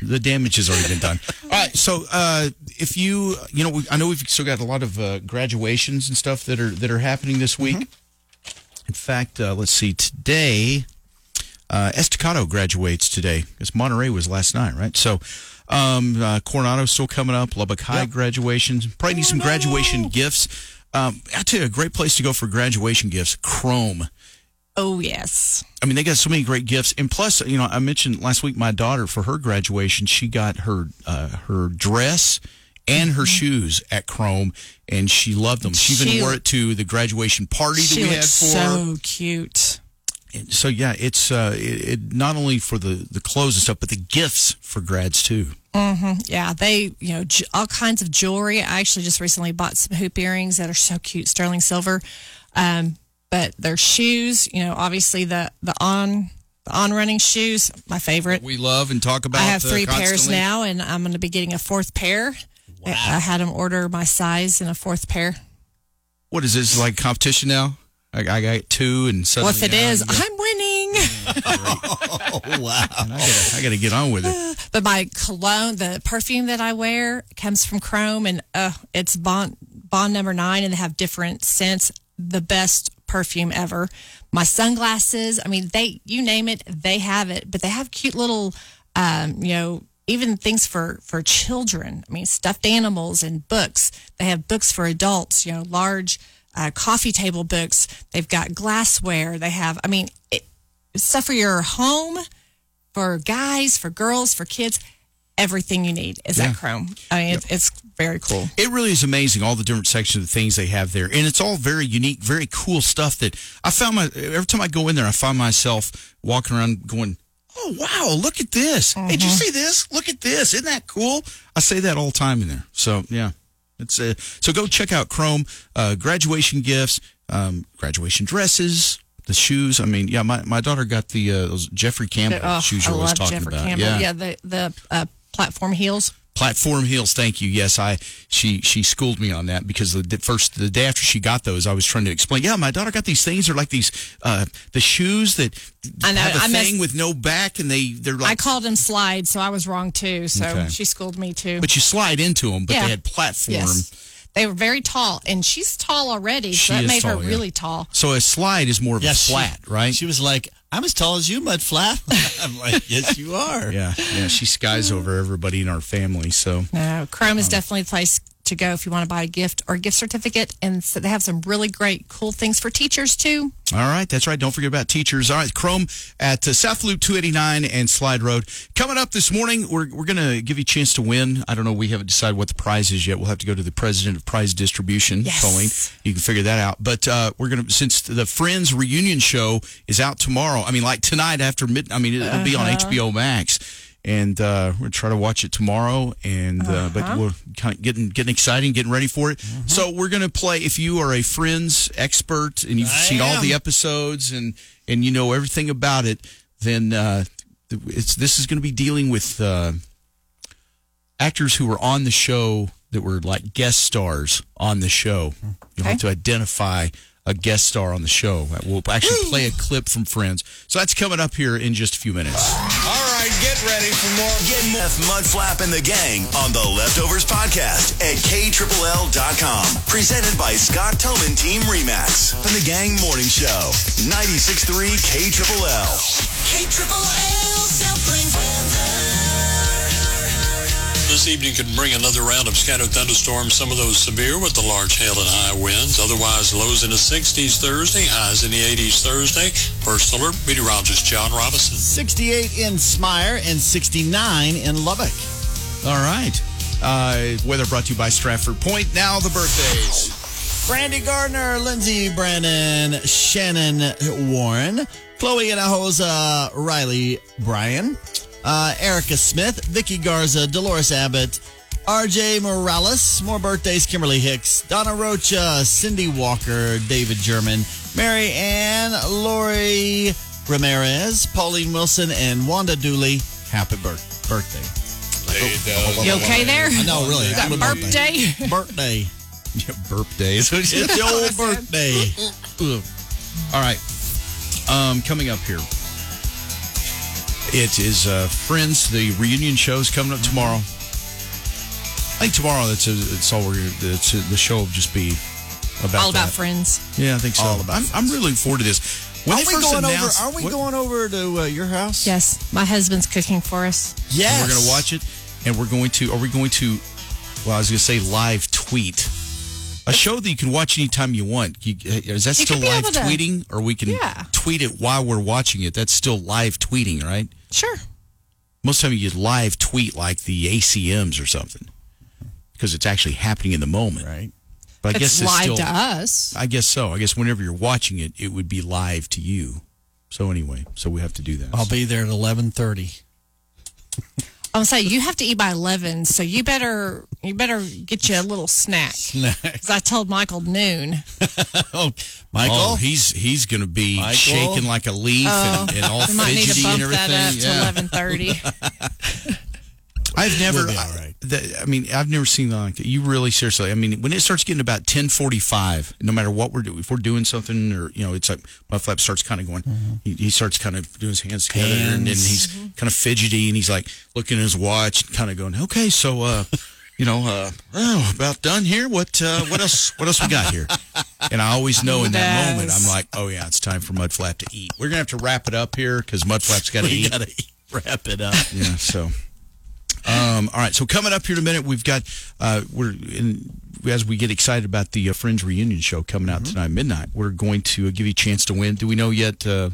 S3: the damage has already been done. All right. So uh, if you you know we, I know we've still got a lot of uh, graduations and stuff that are that are happening this week. In fact, uh, let's see today. Uh, Estacado graduates today. It's Monterey was last night, right? So, um, uh, Coronado's still coming up. Lubbock High graduations. Probably need some graduation gifts. Um, I tell you, a great place to go for graduation gifts. Chrome.
S7: Oh yes.
S3: I mean, they got so many great gifts, and plus, you know, I mentioned last week my daughter for her graduation, she got her uh, her dress and her shoes at Chrome, and she loved them. She,
S7: She-
S3: even wore it to the graduation party that
S7: She
S3: we had
S7: looks
S3: for.
S7: so cute.
S3: her. So yeah, it's uh, it, it not only for the the clothes and stuff, but the gifts for grads too.
S7: Yeah, they, you know, j- all kinds of jewelry. I actually just recently bought some hoop earrings that are so cute, sterling silver. Um, but their shoes, you know, obviously the the on the on running shoes, my favorite.
S3: We love and talk about. uh,
S7: I have three pairs now, and I'm going to be getting a fourth pair. I- I had them order my size in a fourth pair.
S3: What is this like competition now? I, I got two, and suddenly
S7: Well, if it
S3: now
S7: is,
S3: you got-
S7: I'm winning.
S4: Oh wow.
S3: I gotta, I gotta get on with it.
S7: But my cologne, the perfume that I wear, comes from Chrome, and uh, it's Bond Bond Number Nine, and they have different scents. The best perfume ever. My sunglasses. I mean, they you name it, they have it. But they have cute little, um, you know, even things for for children. I mean, stuffed animals and books. They have books for adults. You know, large uh, coffee table books. They've got glassware. They have, I mean, it, stuff for your home, for guys, for girls, for kids. Everything you need is
S3: Yeah.
S7: at Chrome. I mean, it's it's very cool.
S3: It really is amazing all the different sections of things they have there, and it's all very unique, very cool stuff. That I found my every time I go in there, I find myself walking around going, "Oh wow, look at this! Hey,
S7: Mm-hmm.
S3: did you see this? Look at this! Isn't that cool?" I say that all the time in there. So yeah, it's uh, so go check out Chrome uh, graduation gifts, um, graduation dresses. The shoes. I mean, yeah, my, my daughter got the uh, those Jeffrey Campbell
S7: Oh,
S3: shoes
S7: I
S3: you were always
S7: love
S3: talking
S7: Jeffrey
S3: about.
S7: Campbell. the the uh, platform heels.
S3: platform heels thank you yes i she she schooled me on that because the, the first the day after she got those i was trying to explain yeah my daughter got these things they're like these uh the shoes that
S7: I know,
S3: have a
S7: I missed-
S3: thing with no back and they they're
S7: I
S3: like
S7: called them slides, so I was wrong too. So
S3: Okay.
S7: she schooled me too.
S3: but you slide into them but
S7: Yeah.
S3: they had platform
S7: Yes. They were very tall, and she's tall already,
S3: She
S7: so that
S3: is
S7: made her
S3: tall, yeah.
S7: really tall.
S3: so a slide is more of
S4: Yes,
S3: a
S4: she-
S3: flat right
S4: She was like, I'm as tall as you, Mud Flap. I'm like, yes, you are.
S3: yeah yeah she skies
S7: Mm.
S3: over everybody in our family so
S7: No, Chrome
S3: Oh.
S7: is definitely the place to go if you want to buy a gift or a gift certificate. And so they have some really great, cool things for teachers too.
S3: All right, that's right. Don't forget about teachers. All right, Chrome at uh, South Loop 289 and Slide Road. Coming up this morning, we're, we're going to give you a chance to win. I don't know. We haven't decided what the prize is yet. We'll have to go to the president of prize distribution,
S7: Yes.
S3: Colleen. You can figure that out. But uh, we're going to, since the Friends reunion show is out tomorrow, I mean, like tonight after midnight, I mean, it'll be
S4: Uh-huh.
S3: on HBO Max. And uh, we're gonna try to watch it tomorrow, and uh,
S4: Uh-huh.
S3: but we're kind of getting getting exciting, getting ready for it. So we're gonna play. If you are a Friends expert and you've
S4: I
S3: seen all
S4: am.
S3: the episodes and and you know everything about it, then uh, it's this is going to be dealing with uh, actors who were on the show that were like guest stars on the show. You'll have to identify a guest star on the show. We'll actually play a clip from Friends. So that's coming up here in just a few minutes.
S1: All right, get ready for more. Get more F Mudflap and the gang on the Leftovers podcast at KTRLL.com. Presented by Scott Tobin Team Remax and the Gang Morning Show. 96.3 KTRLL.
S2: K Triple L South Plains weather.
S9: This evening could bring another round of scattered thunderstorms, some of those severe with the large hail and high winds. Otherwise, lows in the 60s Thursday, highs in the 80s Thursday. First alert, meteorologist John Robinson.
S4: 68 in Smyre and 69 in Lubbock.
S3: All right. Uh, weather brought to you by Stratford Point. Now the birthdays.
S4: Brandy Gardner, Lindsay Brennan, Shannon Warren, Chloe Inahosa, Riley Bryan, uh, Erica Smith, Vicky Garza, Dolores Abbott, RJ Morales, more birthdays, Kimberly Hicks, Donna Rocha, Cindy Walker, David German, Mary Ann, Lori Ramirez, Pauline Wilson, and Wanda Dooley. Happy bir- birthday.
S3: Oh,
S7: You okay there?
S4: I know, really.
S7: Is that
S4: happy
S7: burp day?
S4: Birthday.
S3: Yeah, burp days.
S4: It's your old birthday.
S3: Ugh. All right. Um, coming up here. It is uh, Friends. The reunion show is coming up tomorrow. I think tomorrow that's a, it's all we're gonna- that's the show will just be about
S7: All about
S3: that.
S7: friends.
S3: Yeah, I think so.
S4: All about
S3: I'm, I'm really looking forward to this. When
S4: Are
S3: they
S4: we
S3: first
S4: going over?
S3: announced-
S4: Are we
S3: what-
S4: going over to uh, your house?
S7: Yes, my husband's cooking for us.
S4: Yes.
S3: We're going to watch it, and we're going to. Are we going to? Well, I was going to say live tweet. A show that you can watch anytime you want. You, uh, is that
S7: You
S3: still
S7: could be
S3: live
S7: able to-
S3: tweeting, or we can
S7: Yeah.
S3: tweet it while we're watching it? That's still live tweeting, right?
S7: Sure.
S3: Most of the time, you live tweet like the ACMs or something because it's actually happening in the moment.
S4: Right.
S3: But I guess
S7: it's
S3: it's
S7: live
S3: still.
S7: to us.
S3: I guess so. I guess whenever you're watching it, it would be live to you. So anyway, so we have to do that.
S4: I'll be there at eleven thirty.
S7: I'm saying you have to eat by eleven, so you better you better get you a little snack. Because I told Michael noon.
S4: Oh, Michael.
S3: Oh, he's he's going to be
S4: Michael?
S3: shaking like a leaf and, and all
S7: Oh, We might need to
S3: fidgety and
S7: bump
S3: everything.
S7: that up to
S3: Yeah.
S7: eleven thirty.
S3: I've never,
S4: We'll be all right.
S3: I, that- I mean, I've never seen that. Like that. You really, seriously, I mean, when it starts getting about ten forty-five, no matter what we're doing, if we're doing something, or you know, it's like my flap starts kind of going. He, he starts kind of doing his hands together, and then
S4: Hands.
S3: he's kind of fidgety, and he's like looking at his watch, and kind of going, "Okay, so, uh, you know, uh, oh, about done here. What, uh, what else? What else we got here?" And I always know in that moment, I'm like, "Oh yeah, it's time for Mudflap to eat. We're gonna have to wrap it up here because Mudflap's got to
S4: we
S3: eat."
S4: gotta wrap it up.
S3: Yeah, so. Um, all right, so coming up here in a minute, we've got uh, we're in, as we get excited about the uh, Friends reunion show coming out tonight midnight. We're going to give you a chance to win. Do we know yet uh,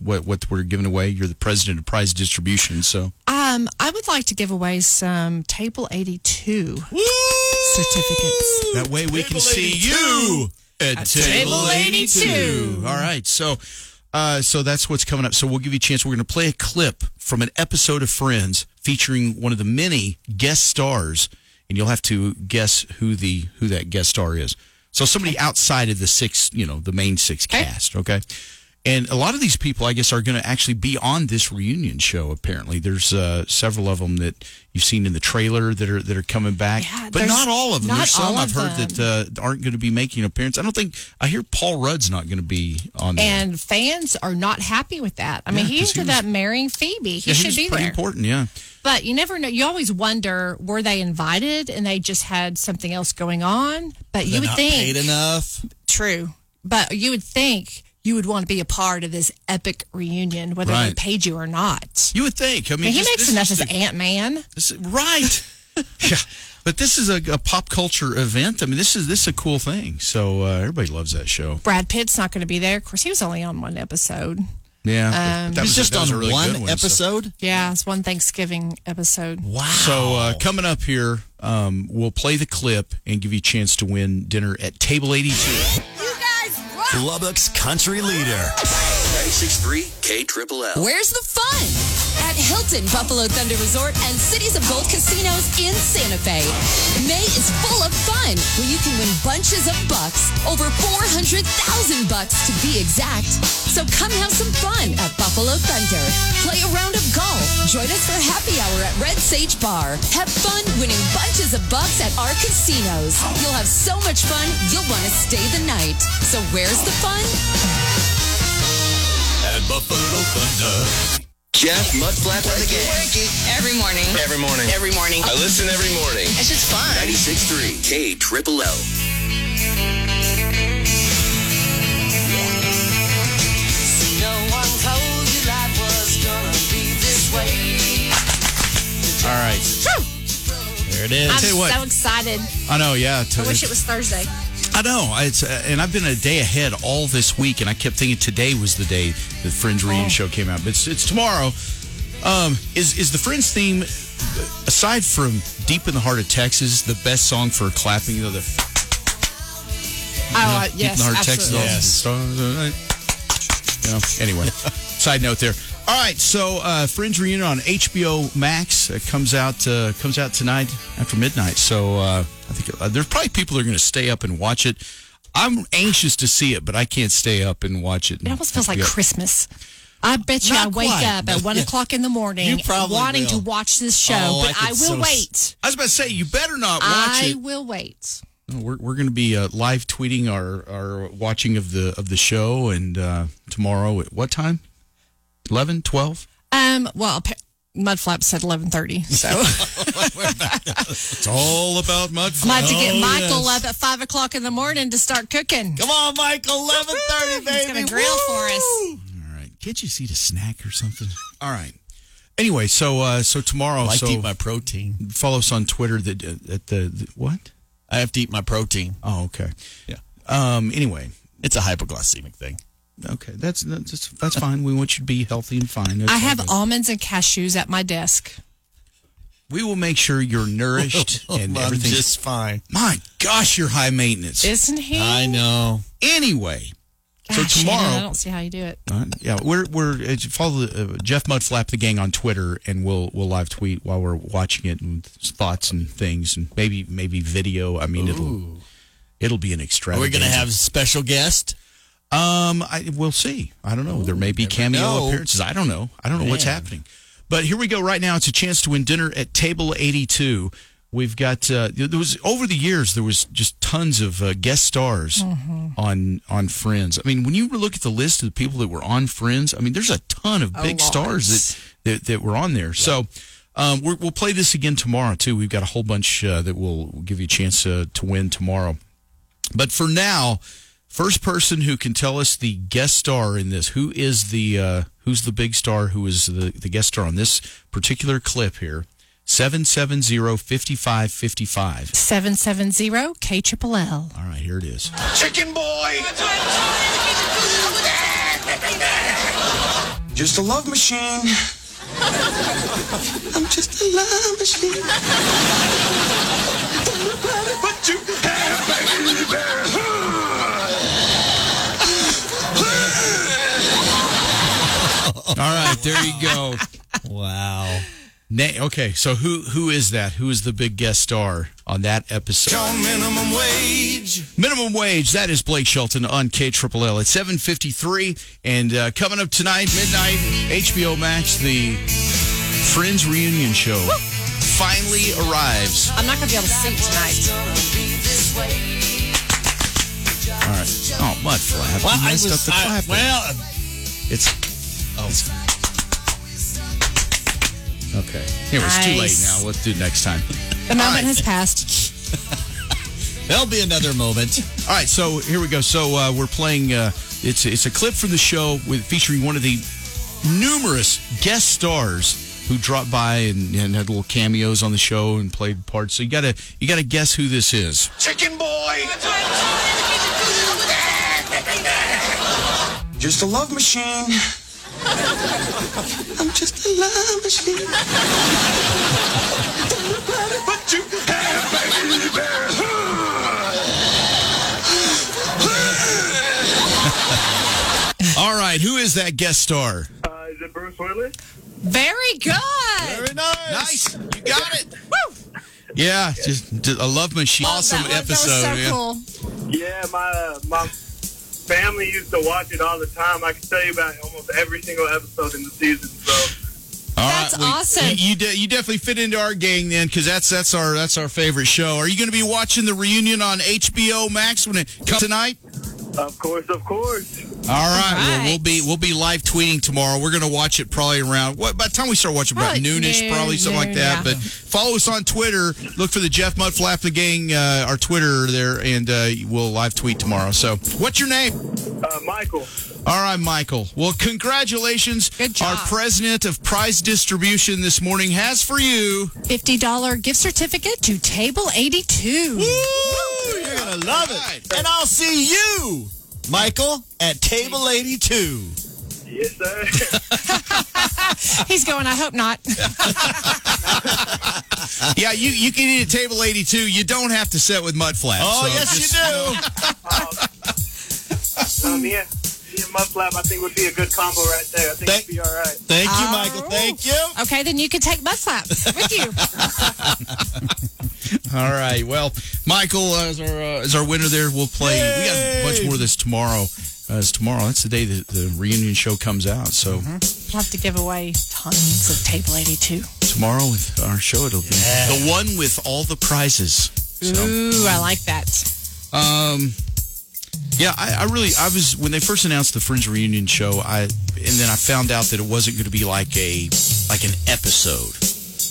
S3: what what we're giving away? You're the president of prize distribution, so
S7: Um, I would like to give away some Table 82 certificates.
S3: that way we can see you at
S7: Table 82.
S3: All right, so. Uh, so that's what's coming up. So we'll give you a chance. We're going to play a clip from an episode of Friends featuring one of the many guest stars, and you'll have to guess who the who that guest star is. So somebody outside of the six, you know, the main six cast. Okay, and a lot of these people, I guess, are going to actually be on this reunion show. Apparently, there's uh, several of them that you've seen in the trailer that are that are coming back,
S7: Yeah,
S3: but
S7: there's
S3: not all of them.
S7: not
S3: there's some
S7: all
S3: I've
S7: of
S3: heard
S7: them.
S3: that uh, aren't going to be making an appearance. I don't think I hear Paul Rudd's not going to be on. there.
S7: And fans are not happy with that. I
S3: Yeah,
S7: mean, he
S3: 'cause he
S7: ended
S3: was-
S7: up marrying Phoebe. He
S3: Yeah,
S7: should
S3: was
S7: be
S3: pretty
S7: there.
S3: important. Yeah.
S7: But you never know. You always wonder were they invited and they just had something else going on? But you
S4: They're
S7: would
S4: not
S7: think.
S4: paid enough.
S7: True. But you would think you would want to be a part of this epic reunion, whether they
S3: Right.
S7: paid you or not.
S3: You would think. I mean,
S7: And he
S3: just-
S7: makes
S3: this
S7: enough
S3: is
S7: as Ant Man.
S3: this- right. yeah, but this is a, a pop culture event. I mean, this is this is a cool thing. So uh, everybody loves that show.
S7: Brad Pitt's not going to be there. Of course, he was only on one episode.
S3: Yeah,
S7: Um,
S3: but- but that
S4: He's
S3: a-
S4: just
S3: that
S4: on
S3: a really good
S4: one,
S3: one, so-
S4: episode.
S7: Yeah, it's one Thanksgiving episode.
S4: Wow.
S3: So uh, coming up here, um, we'll play the clip and give you a chance to win dinner at Table 82.
S1: Lubbock's country leader.
S10: 963 K Triple L.
S2: Where's the fun? At Hilton Buffalo Thunder Resort and Cities of Gold Casinos in Santa Fe. May is full of fun where you can win bunches of bucks, over 400,000 bucks to be exact. So come have some fun at Buffalo Thunder. Play a round of golf. Join us for happy hour at Red Sage Bar. Have fun winning bunches of bucks at our casinos. You'll have so much fun, you'll want to stay the night. So where's the fun?
S1: At Buffalo Thunder.
S10: Jeff Mudflap on the game.
S2: Every morning.
S10: Every morning.
S2: Every morning.
S10: I listen every morning.
S2: It's just fun.
S10: 963 K Triple L.
S2: No one told you life was gonna be this way.
S3: All right.
S4: There it is.
S7: I'm
S3: Tell you what.
S7: so excited.
S3: I know. Yeah. to-
S7: I wish it was Thursday.
S3: I know. It's uh, and I've been a day ahead all this week, and I kept thinking today was the day the Friends
S7: Oh.
S3: reunion show came out, but it's, it's tomorrow. Um, is is the Friends theme aside from "Deep in the Heart of Texas" the best song for clapping? You know the
S7: Oh, uh,
S3: Deep in
S7: yes,
S3: the Heart of Texas.
S7: absolutely.
S3: all the stars are right. You know, anyway, side note there. All right, so uh, Friends reunion on HBO Max uh, comes out uh, comes out tonight after midnight. So uh, I think uh, there's probably people that are going to stay up and watch it. I'm anxious to see it, but I can't stay up and watch it.
S7: It almost feels like
S3: Yeah.
S7: Christmas. I bet you
S4: Not
S7: I wake
S4: quite,
S7: up at
S4: but-
S7: one o'clock in the morning
S4: You probably
S7: wanting
S4: will.
S7: to watch this show,
S4: Oh, I
S7: but
S4: could
S7: I, will
S4: so s-
S7: wait.
S3: I was about to say you better not watch
S7: I
S3: it.
S7: will wait.
S3: We're, we're going to be uh, live tweeting our, our watching of the of the show and uh, tomorrow at what time? 11, 12?
S7: Um, well, appa- Mudflap said eleven thirty, so I'm
S3: It's all about mud.
S7: gonna have to get
S4: Oh,
S7: Michael
S4: yes.
S7: up at five o'clock in the morning to start cooking.
S4: Come on, Michael. Eleven thirty, baby.
S7: He's gonna grill for us.
S3: All right. Can't you eat a snack or something? All right. Anyway, so uh, so tomorrow,
S4: I like
S3: so
S4: to eat my protein.
S3: follow us on Twitter. That uh, at the, the what?
S4: I have to eat my protein.
S3: Oh, okay.
S4: Yeah.
S3: Um. Anyway,
S4: It's a hypoglycemic thing.
S3: okay. That's that's that's fine. We want you to be healthy and fine. That's
S7: I
S3: all
S7: have
S3: good.
S7: almonds and cashews at my desk.
S3: We will make sure you're nourished and
S4: I'm
S3: everything.
S4: just fine.
S3: My gosh, you're high maintenance.
S7: Isn't he?
S4: I know.
S3: anyway. So
S7: Gosh, Shannon, I
S3: tomorrow,
S7: don't see how you do it.
S3: Uh, yeah, we're we're uh, follow the, uh, Jeff Mudflap the gang on Twitter, and we'll we'll live tweet while we're watching it and thoughts and things, and maybe maybe video. I mean, it'll it'll be an
S4: Are we
S3: extravagant.
S4: going to have special guest?
S3: Um, I we'll see. I don't know. there may be cameo
S4: know.
S3: appearances. I don't know. I don't know what's happening. But here we go. Right now, it's a chance to win dinner at Table 82. We've got uh, there was over the years there was just tons of uh, guest stars on on Friends. I mean, when you look at the list of the people that were on Friends, I mean, there's a ton of big stars that, that that were on there. So. Um, we're, we'll play this again tomorrow too. We've got a whole bunch uh, that will give you a chance uh, to win tomorrow. But for now, first person who can tell us the guest star in this, who is the uh, who's the big star, who is the, the guest star on this particular clip here, 770 5555.
S7: 770 K Triple L.
S3: All right, here it is.
S2: Chicken boy!
S11: Just a love machine. I'm just a love machine. What you
S3: All right, there you go.
S4: Wow.
S3: Na- okay, so who who is that? Who is the big guest star on that episode?
S2: minimum wage.
S3: Minimum wage. That is Blake Shelton on K Triple L at seven fifty three, and uh, coming up tonight midnight, HBO Max the Friends reunion show finally arrives.
S7: I'm not going to be able to see tonight.
S3: All right. Oh, mud flap.
S4: Well,
S3: You
S4: I
S3: messed
S4: was,
S3: up the
S4: I-
S3: clap.
S4: well,
S3: it's oh. okay. It was too late now.
S7: Nice.
S3: Let's do it next time.
S7: The moment has passed.
S4: there'll be another moment.
S3: All right, so here we go. So uh, we're playing. Uh, it's it's a clip from the show with featuring one of the numerous guest stars who dropped by and, and had little cameos on the show and played parts. So you gotta you gotta guess who this is.
S2: Chicken boy!
S11: Just a love machine. I'm just a love machine. What you
S3: All right, who is that guest star?
S11: Uh, is it Bruce Willis?
S7: Very good.
S4: Very nice.
S3: Nice, you got it. Yeah, just, just a love machine. awesome
S7: that, was-
S3: episode.
S7: That was so
S3: yeah.
S7: cool.
S11: Yeah, my uh, my family used to watch it all the time. I can tell you about almost every single episode in the season. So
S3: All
S7: That's awesome.
S3: You, you, de- you definitely fit into our gang then, because that's that's our that's our favorite show. Are you going to be watching the reunion on HBO Max when it comes tonight?
S11: of course, of course.
S3: All right, Well,
S7: right.
S3: we'll be we'll be live tweeting tomorrow. We're going to watch it probably around what by the time we start watching about
S7: Probably
S3: noonish,
S7: noon,
S3: probably something like
S7: noon,
S3: that.
S7: yeah.
S3: But follow us on Twitter. Look for the Jeff Mudflap the gang uh, our Twitter there, and uh, we'll live tweet tomorrow. So, what's your name?
S11: Uh, Michael.
S3: All right, Michael. Well, congratulations.
S7: Good job.
S3: Our president of prize distribution this morning has for you.
S7: $50 gift certificate to table 82.
S4: Woo! You're going to love it. And I'll see you, Michael, at table 82.
S11: Yes, sir.
S7: He's going, I hope not.
S3: yeah, you, you can eat at table 82. You don't have to sit with Mudflap.
S4: Oh,
S3: so
S4: yes,
S3: just-
S4: you do.
S11: um, yeah, me and Mudflap, I think would be a good combo right there. I think
S4: Thank-
S11: it'd be all right.
S4: Thank you,
S7: Oh.
S4: Michael. Thank you.
S7: Okay, then you can take Mudflap with you.
S3: All right. Well, Michael uh, is, our, uh, is our winner there. We'll play. We got much more of this tomorrow. Uh, it's tomorrow. That's the day that the reunion show comes out. So
S7: We'll have to give away tons of table 82.
S3: tomorrow with our show, it'll be the one with all the prizes. So.
S7: Ooh, I like that.
S3: Um, yeah, I, I really, I was when they first announced the Friends reunion show, I and then I found out that it wasn't going to be like a like an episode.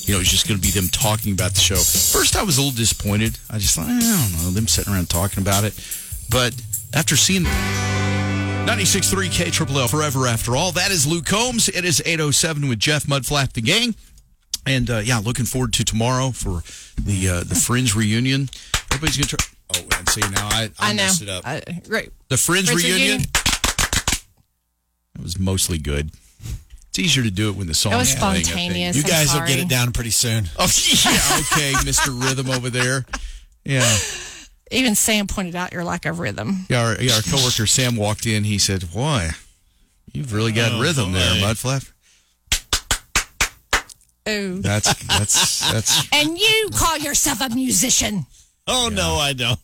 S3: You know, it's just going to be them talking about the show. First, I was a little disappointed. I just thought, I don't know, them sitting around talking about it. But after seeing 96.3 K Triple L Forever After All, that is Luke Combs. It is 807 with Jeff Mudflap, the gang. And uh, yeah, looking forward to tomorrow for the uh, the Friends reunion. Everybody's gonna try. Oh, and see now I, I,
S7: I know.
S3: messed it up.
S7: I- great.
S3: the Friends,
S7: Friends
S3: reunion.
S7: reunion.
S3: That was mostly good. It's easier to do it when the song
S7: That was
S3: is playing, I think.
S7: spontaneous.
S4: You
S7: I'm
S4: guys will
S7: sorry.
S4: get it down pretty soon.
S3: Oh yeah, okay, Mr. Rhythm over there. Yeah,
S7: Even Sam pointed out your lack of rhythm.
S3: yeah. Our, yeah, our coworker Sam walked in. He said, "Boy, you've really got rhythm there, Mudflap."
S7: Ooh.
S3: That's that's that's
S7: And you call yourself a musician.
S4: Oh, no, I don't.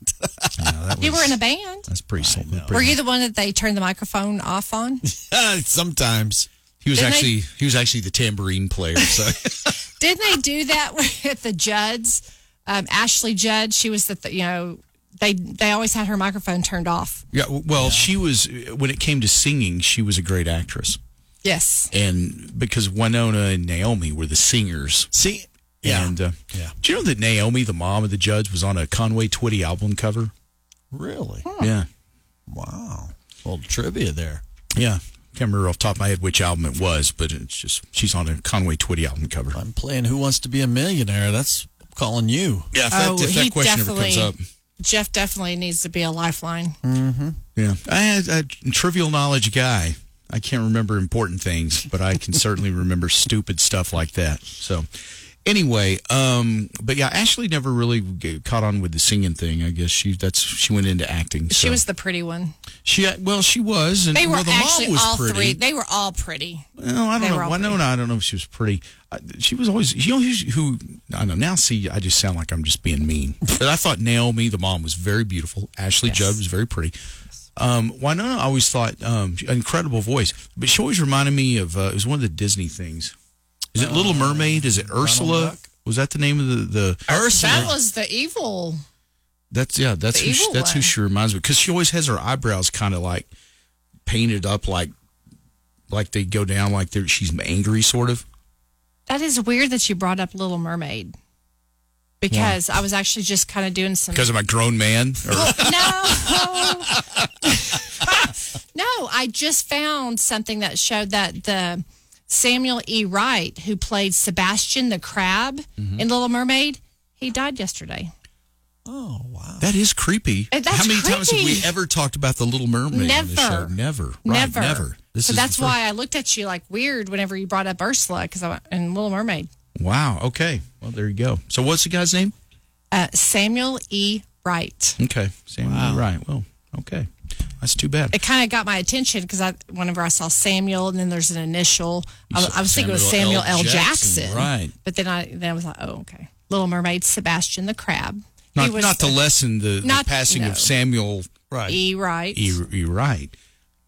S7: You were in a band.
S3: That's pretty solid.
S7: Were you the one that they turned the microphone off on?
S4: Sometimes.
S3: He was
S7: Didn't
S3: actually he was actually the tambourine player. So
S7: Didn't they do that with the Judds? Um, Ashley Judd, she was the, th- you know, they they always had her microphone turned off.
S3: yeah, well, she was when it came to singing, she was a great actress,
S7: Yes.
S3: and because Winona and Naomi were the singers.
S4: See? Yeah.
S3: And, uh,
S4: Yeah.
S3: Do you know that Naomi, the mom of the judge, was on a Conway Twitty album cover?
S4: really?
S3: Yeah.
S4: Wow. Little trivia there.
S3: Yeah. Can't remember off the top of my head which album it was, but it's just she's on a Conway Twitty album cover.
S4: I'm playing Who Wants to Be a Millionaire. That's calling you.
S3: Yeah, if that, if
S7: Oh, he
S3: that question ever comes
S7: definitely-
S3: up.
S7: Jeff definitely needs to be a lifeline.
S3: Yeah, I, I trivial knowledge guy. I can't remember important things, but I can certainly remember stupid stuff like that. So, anyway, um, but yeah, Ashley never really g- caught on with the singing thing. I guess she that's she went into acting.
S7: She
S3: so.
S7: was the pretty one.
S3: she well she was, and
S7: They were
S3: well, the
S7: actually
S3: mom was
S7: all
S3: pretty.
S7: three. They were all pretty.
S3: Well, I
S7: They
S3: don't
S7: were
S3: know.
S7: all
S3: Winona, I don't know if she was pretty. I, she was always, you know, who's- who, I don't know. Now, see, I just sound like I'm just being mean. but I thought Naomi, the mom, was very beautiful. Ashley Judd was very pretty. Um, Winona, I always thought, um, she- incredible voice. But she always reminded me of, uh, it was one of the Disney things. Is it Little
S7: Uh,
S3: Mermaid? Is it Ursula? Was that the name of the, the
S7: That was the evil.
S3: that's yeah. That's
S7: The
S3: who she,
S7: evil
S3: that's who
S7: one.
S3: she reminds me because she always has her eyebrows kind of like painted up like like they go down like they're, she's angry sort of.
S7: That is weird that you brought up Little Mermaid because I was actually just kind of doing some.
S3: because I'm a grown man. Or,
S7: no. no, I just found something that showed that the Samuel E. Wright, who played Sebastian the Crab
S3: Mm-hmm.
S7: in Little Mermaid, he died yesterday.
S4: Oh, wow.
S3: that is creepy.
S7: Uh, that's
S3: How many times have we
S7: creepy.
S3: ever talked about the Little Mermaid on this show?
S7: Never.
S3: Never. Right,
S7: Never.
S3: never. This
S7: so
S3: is the
S7: that's
S3: first-
S7: why I looked at you like weird whenever you brought up Ursula because I went, and Little Mermaid.
S3: Wow. Okay. Well, there you go. So what's the guy's name?
S7: Uh, Samuel E. Wright.
S3: Okay. Samuel Right. Well, okay. That's too bad.
S7: It kind of got my attention because I, whenever I saw Samuel and then there's an initial, I, I was thinking it was
S3: Samuel L.
S7: Samuel L.
S3: Jackson,
S7: Jackson,
S3: right.
S7: But then I then I was like, oh okay, Little Mermaid, Sebastian the Crab. He
S3: Not,
S7: was
S3: not to
S7: the
S3: lessen the,
S7: Not-
S3: the passing
S7: no.
S3: of Samuel
S4: Right.
S7: E. Wright,
S3: E. E. Wright,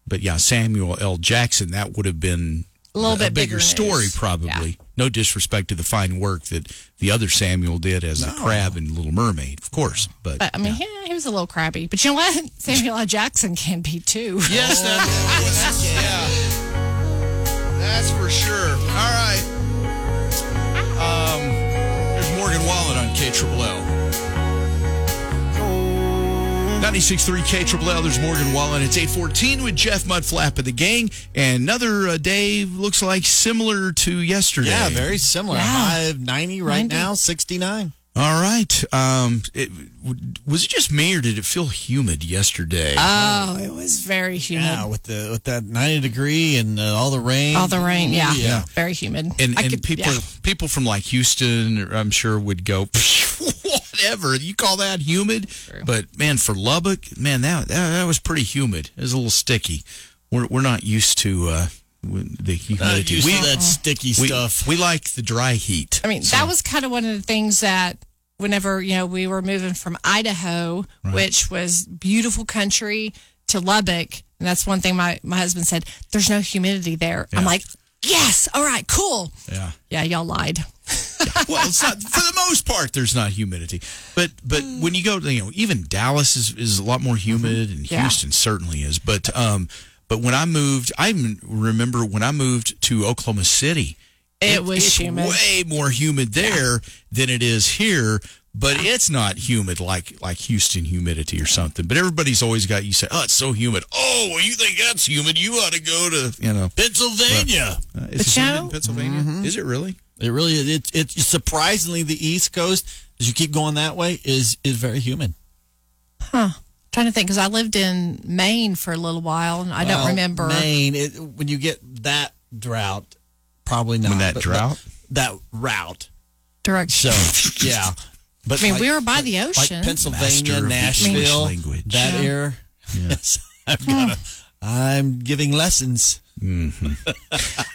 S3: but yeah, Samuel L. Jackson. That would have been
S7: a little
S3: a
S7: bit
S3: bigger
S7: bigger news.
S3: story, probably. No disrespect to the fine work that the other Samuel did as the crab in Little Mermaid, of course. But,
S7: But I mean, yeah. he was a little crabby. But you know what? Samuel L. Jackson can be too.
S4: Yes, that,
S3: That's for sure. All right. Um, there's Morgan Wallen on K Triple L. 96.3 K Triple L. There's Morgan Wallen. It's 8:14 with Jeff Mudflap of the gang. And another uh, day looks like similar to yesterday.
S4: yeah, very similar. High of 90 right
S7: 90.
S4: now, 69.
S3: All right. Um, it, was it just me or did it feel humid
S4: Uh,
S3: yesterday?
S7: Oh, it was very humid.
S4: Yeah, with the with that 90 degree and uh, all the rain.
S7: All the rain, yeah,
S4: Yeah.
S7: very humid.
S3: and
S7: I
S3: and
S7: could-
S3: people
S7: yeah.
S3: people from like Houston, I'm sure, would go whatever you call that humid. But man, for Lubbock, man, that, that that was pretty humid. It was a little sticky. We're we're not used to uh, the
S4: Not
S3: humidity.
S4: used
S3: we,
S4: to that sticky
S3: we,
S4: stuff.
S3: we like the dry heat.
S7: I mean, that was kind of one of the things that whenever, you know, we were moving from Idaho, which was beautiful country, to Lubbock, and that's one thing my, my husband said, there's no humidity there. I'm like, yes, all right, cool.
S3: Yeah.
S7: Yeah, y'all lied.
S3: well, it's not for the most part. There's not humidity, but but when you go, to, you know, even Dallas is, is a lot more humid, and
S7: Mm-hmm. Yeah.
S3: Houston certainly is. But um, but when I moved, I even remember when I moved to Oklahoma City,
S7: It was
S3: it's
S7: humid.
S3: way more humid there than it is here. But it's not humid like like Houston humidity or something. But everybody's always got you say, oh, it's so humid. Oh, well, you think that's humid? You ought to go to you know.
S4: Pennsylvania.
S3: Uh, is it humid in Pennsylvania? Is it really?
S4: It really is. It, it, surprisingly, the East Coast, as you keep going that way, is is very humid.
S7: trying to think, because I lived in Maine for a little while, and I
S4: Well,
S7: don't remember.
S4: Maine. It, when you get that drought, probably not.
S3: When that
S4: but- but
S3: drought?
S4: that route.
S7: Direction.
S4: So yeah, but
S7: I mean,
S4: like,
S7: we were by the
S4: like
S7: ocean.
S3: Master
S4: Pennsylvania,
S3: of the English
S4: Nashville,
S3: language.
S4: that era. Yes, I've got. A, I'm giving lessons.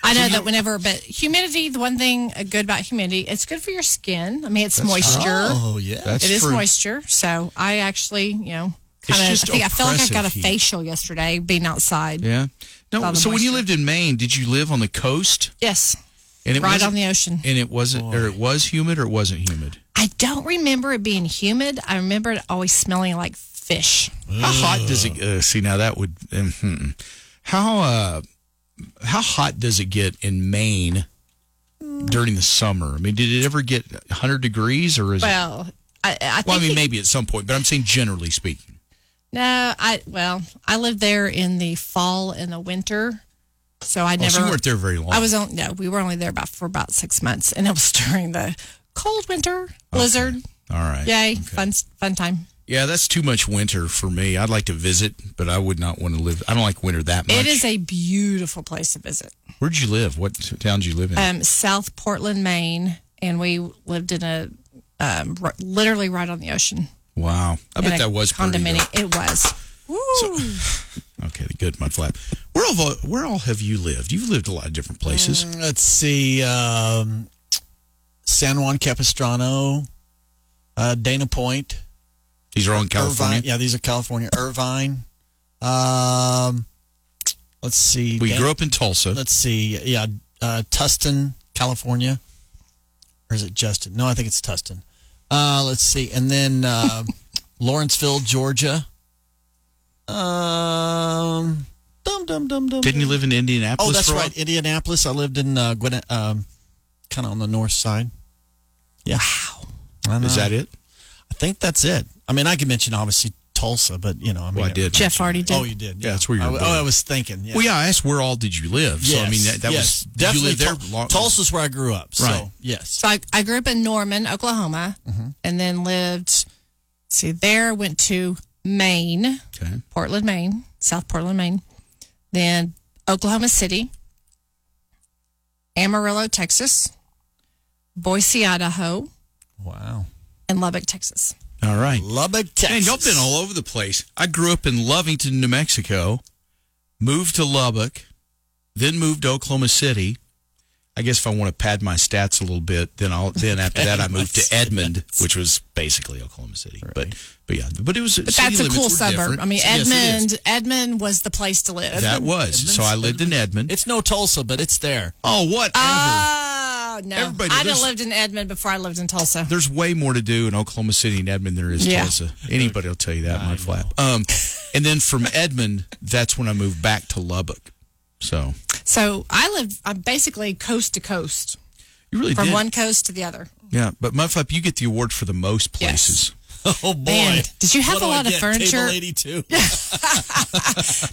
S7: I know that whenever, but humidity, the one thing uh, good about humidity, it's good for your skin. I mean, it's moisture.
S4: Oh yeah,
S3: That's
S7: It is
S3: true.
S7: moisture. So I actually, you know,
S3: It's
S7: kind of. I
S3: just
S7: think I felt like I got a
S3: oppressive heat.
S7: facial yesterday being outside.
S3: Yeah. No.
S7: All the
S3: So when you
S7: moisture.
S3: lived in Maine, did you live on the coast?
S7: Yes,
S3: And it
S7: right
S3: wasn't-
S7: on the ocean.
S3: And it wasn't, or it was humid, or it wasn't humid.
S7: I don't remember it being humid. I remember it always smelling like fish.
S3: How hot does it? Uh, see, now that would um, hmm. how uh, how hot does it get in Maine during the summer? I mean, did it ever get 100 degrees, or is it?
S7: Well, I, I think.
S3: Well, I mean,
S7: it-
S3: maybe at some point, but I'm saying generally speaking.
S7: no, I well, I lived there in the fall and the winter. So I
S3: Oh,
S7: never.
S3: so you weren't there very long.
S7: I was on. No, we were only there about for about six months, and it was during the cold winter blizzard.
S3: All right.
S7: Yay! Fun fun time.
S3: Yeah, that's too much winter for me. I'd like to visit, but I would not want to live. I don't like winter that much.
S7: It is a beautiful place to visit.
S3: Where'd you live? What town did you live in?
S7: Um, South Portland, Maine, and we lived in a um, r- literally right on the ocean.
S3: wow. I
S7: In
S3: bet
S7: a
S3: that was pretty, though.
S7: condominium. It was. Woo.
S3: Okay, good mudflap. Where all where all have you lived? You've lived a lot of different
S7: Mm.
S3: places.
S4: Mm, Let's see. Um, San Juan Capistrano, uh, Dana Point.
S3: These are all in California.
S4: Irvine. Yeah, these are California. Irvine. Um, let's see.
S3: We
S4: Dan-
S3: grew up in Tulsa.
S4: Let's see. Yeah, uh, Tustin, California. Or is it Justin? No, I think it's Tustin. Uh, let's see. And then uh, Lawrenceville, Georgia. Um, dum, dum, dum, dum.
S3: Didn't you live in Indianapolis?
S4: Oh, that's
S3: for a while?
S4: right, Indianapolis. I lived in uh, Gwinnett, um, kind of on the north side. Yeah. Wow.
S3: Is that it?
S4: I think that's it. I mean, I could mention obviously Tulsa, but you know, I mean,
S3: Well, I did.
S7: Jeff already did.
S4: Oh, you did.
S3: Yeah, that's where you
S4: I,
S3: were
S4: oh,
S3: born.
S4: I was thinking. Yeah.
S3: Well, yeah, I asked where all did you live. So I mean, that, that
S4: yes.
S3: was
S4: definitely
S3: you lived there.
S4: Tul-
S3: long-
S4: Tulsa's where I grew up. So
S3: Right.
S4: yes.
S7: So I, I grew up in Norman, Oklahoma,
S3: Mm-hmm.
S7: and then lived, see, there, went to Maine,
S3: Okay.
S7: Portland, Maine, South Portland, Maine, then Oklahoma City, Amarillo, Texas, Boise, Idaho,
S4: Wow.
S7: and Lubbock, Texas.
S3: All right.
S4: Lubbock, Texas.
S3: Man, y'all been all over the place. I grew up in Lovington, New Mexico, moved to Lubbock, then moved to Oklahoma City. I guess if I want to pad my stats a little bit, then I'll then after that I moved to Edmond, which was basically Oklahoma City. But but yeah, but it was
S7: But that's a cool suburb. I mean, Edmond,
S3: Edmond.
S7: Edmond was the place to live.
S3: that was. so I lived in Edmond.
S4: It's no Tulsa, but it's there.
S3: oh, whatever.
S4: Uh,
S7: Oh, no.
S3: Everybody-
S7: I'd have
S3: there's-
S7: lived in Edmond before I lived in Tulsa.
S3: There's way more to do in Oklahoma City and Edmond than there is
S7: Yeah.
S3: Tulsa. Anybody will tell you that, my flap. Um, and then from Edmond, that's when I moved back to Lubbock. So
S7: So I lived I'm basically coast to coast,
S3: you really
S7: from
S3: did.
S7: one coast to the other.
S3: Yeah, but Mudflap, you get the award for the most
S7: Yes.
S3: places.
S4: Oh boy.
S7: Man, did you
S4: What
S7: have a
S4: do I
S7: lot of
S4: get?
S7: furniture?
S4: Table 82.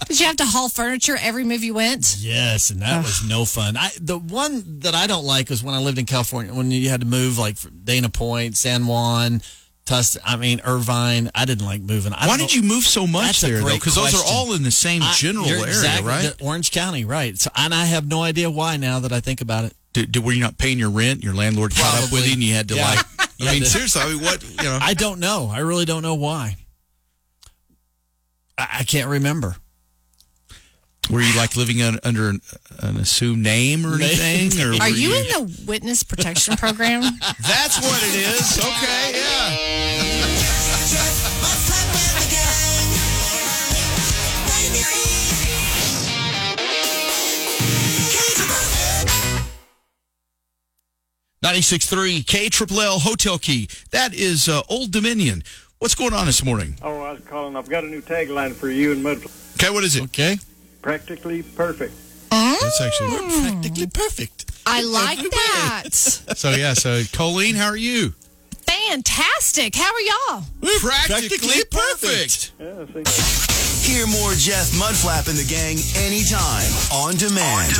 S7: Did you have to haul furniture every move you went?
S4: Yes, and that was no fun. I the one that I don't like was when I lived in California when you had to move like from Dana Point, San Juan, Tustin. I mean Irvine. I didn't like moving. I
S3: Why
S4: don't
S3: did you
S4: know-
S3: move so much
S4: That's a
S3: there, though?
S4: great
S3: Because those are
S4: question.
S3: all in the same
S4: I-
S3: general
S4: you're
S3: area,
S4: exactly-
S3: right?
S4: the- Orange County, right? So and I have no idea why now that I think about it.
S3: Did, did, were you not paying your rent? Your landlord caught up with
S4: Probably.
S3: you, and you had to
S4: Yeah.
S3: like.
S4: Yeah,
S3: I mean,
S4: the-
S3: seriously, I mean, what you know?
S4: I don't know. I really don't know why. I, I can't remember.
S3: were you like living un, under an, an assumed name or
S4: Name.
S3: anything? Or
S7: Are
S3: were
S7: you in the witness protection program?
S3: That's what it is. Okay, yeah. Ninety-six-three K Triple L Hotel Key. That is uh, Old Dominion. What's going on this morning?
S11: Oh, I was calling. I've got a new tagline for you and Mud.
S3: Okay, what is it?
S4: Okay,
S11: Practically perfect.
S3: That's actually
S4: practically perfect.
S7: I like that.
S3: so. Yeah, so Colleen, how are you?
S7: Fantastic. How are y'all?
S3: We're
S4: practically perfect.
S11: Yeah, see.
S1: Hear more Jeff Mudflap and the gang anytime on demand,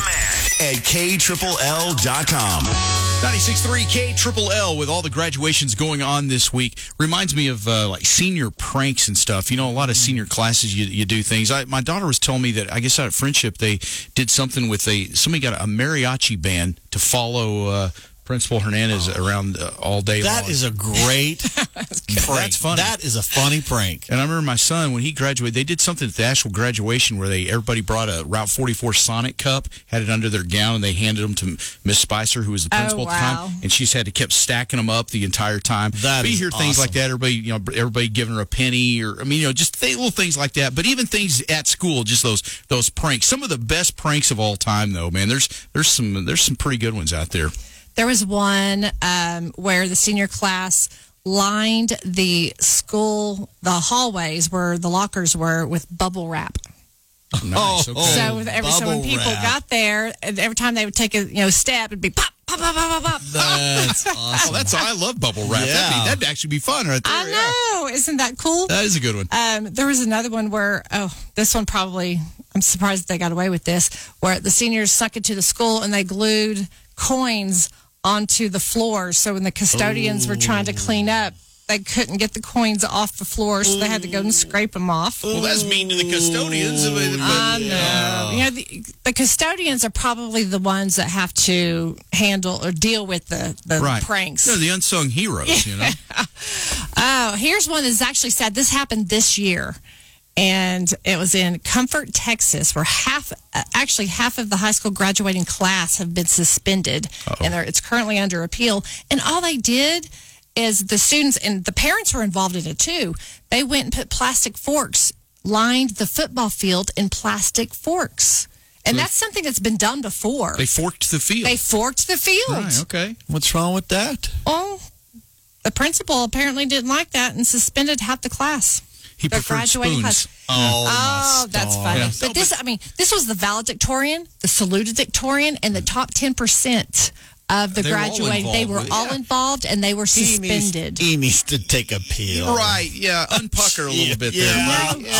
S1: at KLL.com.
S3: 96.3 K Triple L with all the graduations going on this week reminds me of uh, like senior pranks and stuff. You know, a lot of
S4: Mm.
S3: senior classes you, you do things. I, my daughter was telling me that I guess out of friendship they did something with a somebody got a mariachi band to follow uh, Principal Hernandez around uh, all day.
S4: Oh. That
S3: long.
S4: is a great prank.
S3: That's funny.
S4: That is a funny prank.
S3: And I remember my son when he graduated, they did something at the actual graduation where they everybody brought a Route 44 Sonic cup, had it under their gown, and they handed them to Miss Spicer, who was the
S7: Oh,
S3: principal at the
S7: wow.
S3: time, and she's had to kept stacking them up the entire time.
S4: That
S3: but you
S4: is
S3: hear things like
S4: awesome.
S3: that, everybody you know, everybody giving her a penny, or I mean, you know, just th- little things like that. But even things at school, just those those pranks. Some of the best pranks of all time, though, man. There's there's some there's some pretty good ones out there.
S7: There was one um, where the senior class lined the school, the hallways where the lockers were with bubble wrap.
S3: Nice.
S4: Oh,
S3: okay.
S7: so with every so when
S4: bubble
S7: people
S4: wrap.
S7: got there, and every time they would take a you know step, it'd be pop pop bop, bop, bop, bop, bop.
S4: That's
S3: Oh,
S4: awesome.
S3: that's I love bubble wrap. That'd,
S4: Yeah.
S3: be, that'd actually be fun right there.
S7: I know. Isn't that cool?
S4: That is a good one.
S7: Um, there was another one where, oh, this one probably, I'm surprised they got away with this, where the seniors snuck into the school and they glued coins onto the floor. So when the custodians were trying to clean up, they couldn't get the coins off the floor, so they had to go and scrape them off.
S3: Well, that's mean to the custodians. I mean, but-
S7: I know. You know, the, the custodians are probably the ones that have to handle or deal with the, the
S3: Right.
S7: pranks.
S3: They're the unsung heroes, you know.
S7: Oh, here's one that's actually sad. This happened this year, and it was in Comfort, Texas, where half, uh, actually half of the high school graduating class have been suspended, and they're, it's currently under appeal. And all they did is the students and the parents were involved in it too. They went and put plastic forks, lined the football field in plastic forks, and that's something that's been done before.
S3: They forked the field.
S7: They forked the field.
S3: Right, okay.
S4: What's wrong with that?
S7: Oh, the principal apparently didn't like that and suspended half the class.
S3: He
S7: Their
S3: preferred
S7: graduating
S3: spoons.
S4: Oh,
S7: class. Oh, that's funny.
S3: Yeah.
S7: But this, I mean, this was the valedictorian, the salutatorian, and the top 10% of the
S4: They were all
S7: graduating. They were
S4: involved,
S7: all
S4: yeah.
S7: involved and they were
S4: He needs,
S7: suspended.
S4: he needs to take a pill.
S3: Right, yeah. Unpucker a little bit there.
S4: Yeah.
S3: Mike.
S7: Kidding.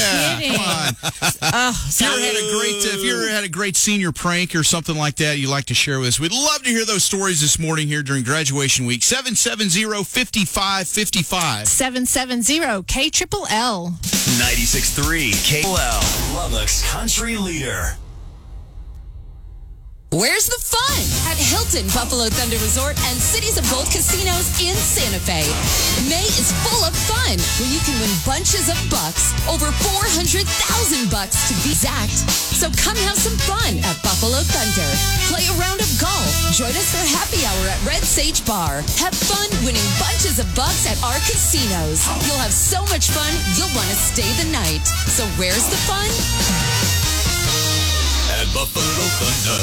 S7: Oh,
S3: If you ever had a great, uh, if you ever had a great senior prank or something like that, you'd like to share with us. We'd love to hear those stories this morning here during graduation week. 770-5555.
S7: 770 K triple L.
S1: 96.3 KLL, Lubbock's country leader.
S12: Where's the fun? At Hilton Buffalo Thunder Resort and Cities of Gold Casinos in Santa Fe. May is full of fun where you can win bunches of bucks, over 400,000 bucks to be exact. So come have some fun at Buffalo Thunder. Play a round of golf. Join us for happy hour at Red Sage Bar. Have fun winning bunches of bucks at our casinos. You'll have so much fun, you'll want to stay the night. So where's the fun?
S9: At Buffalo Thunder.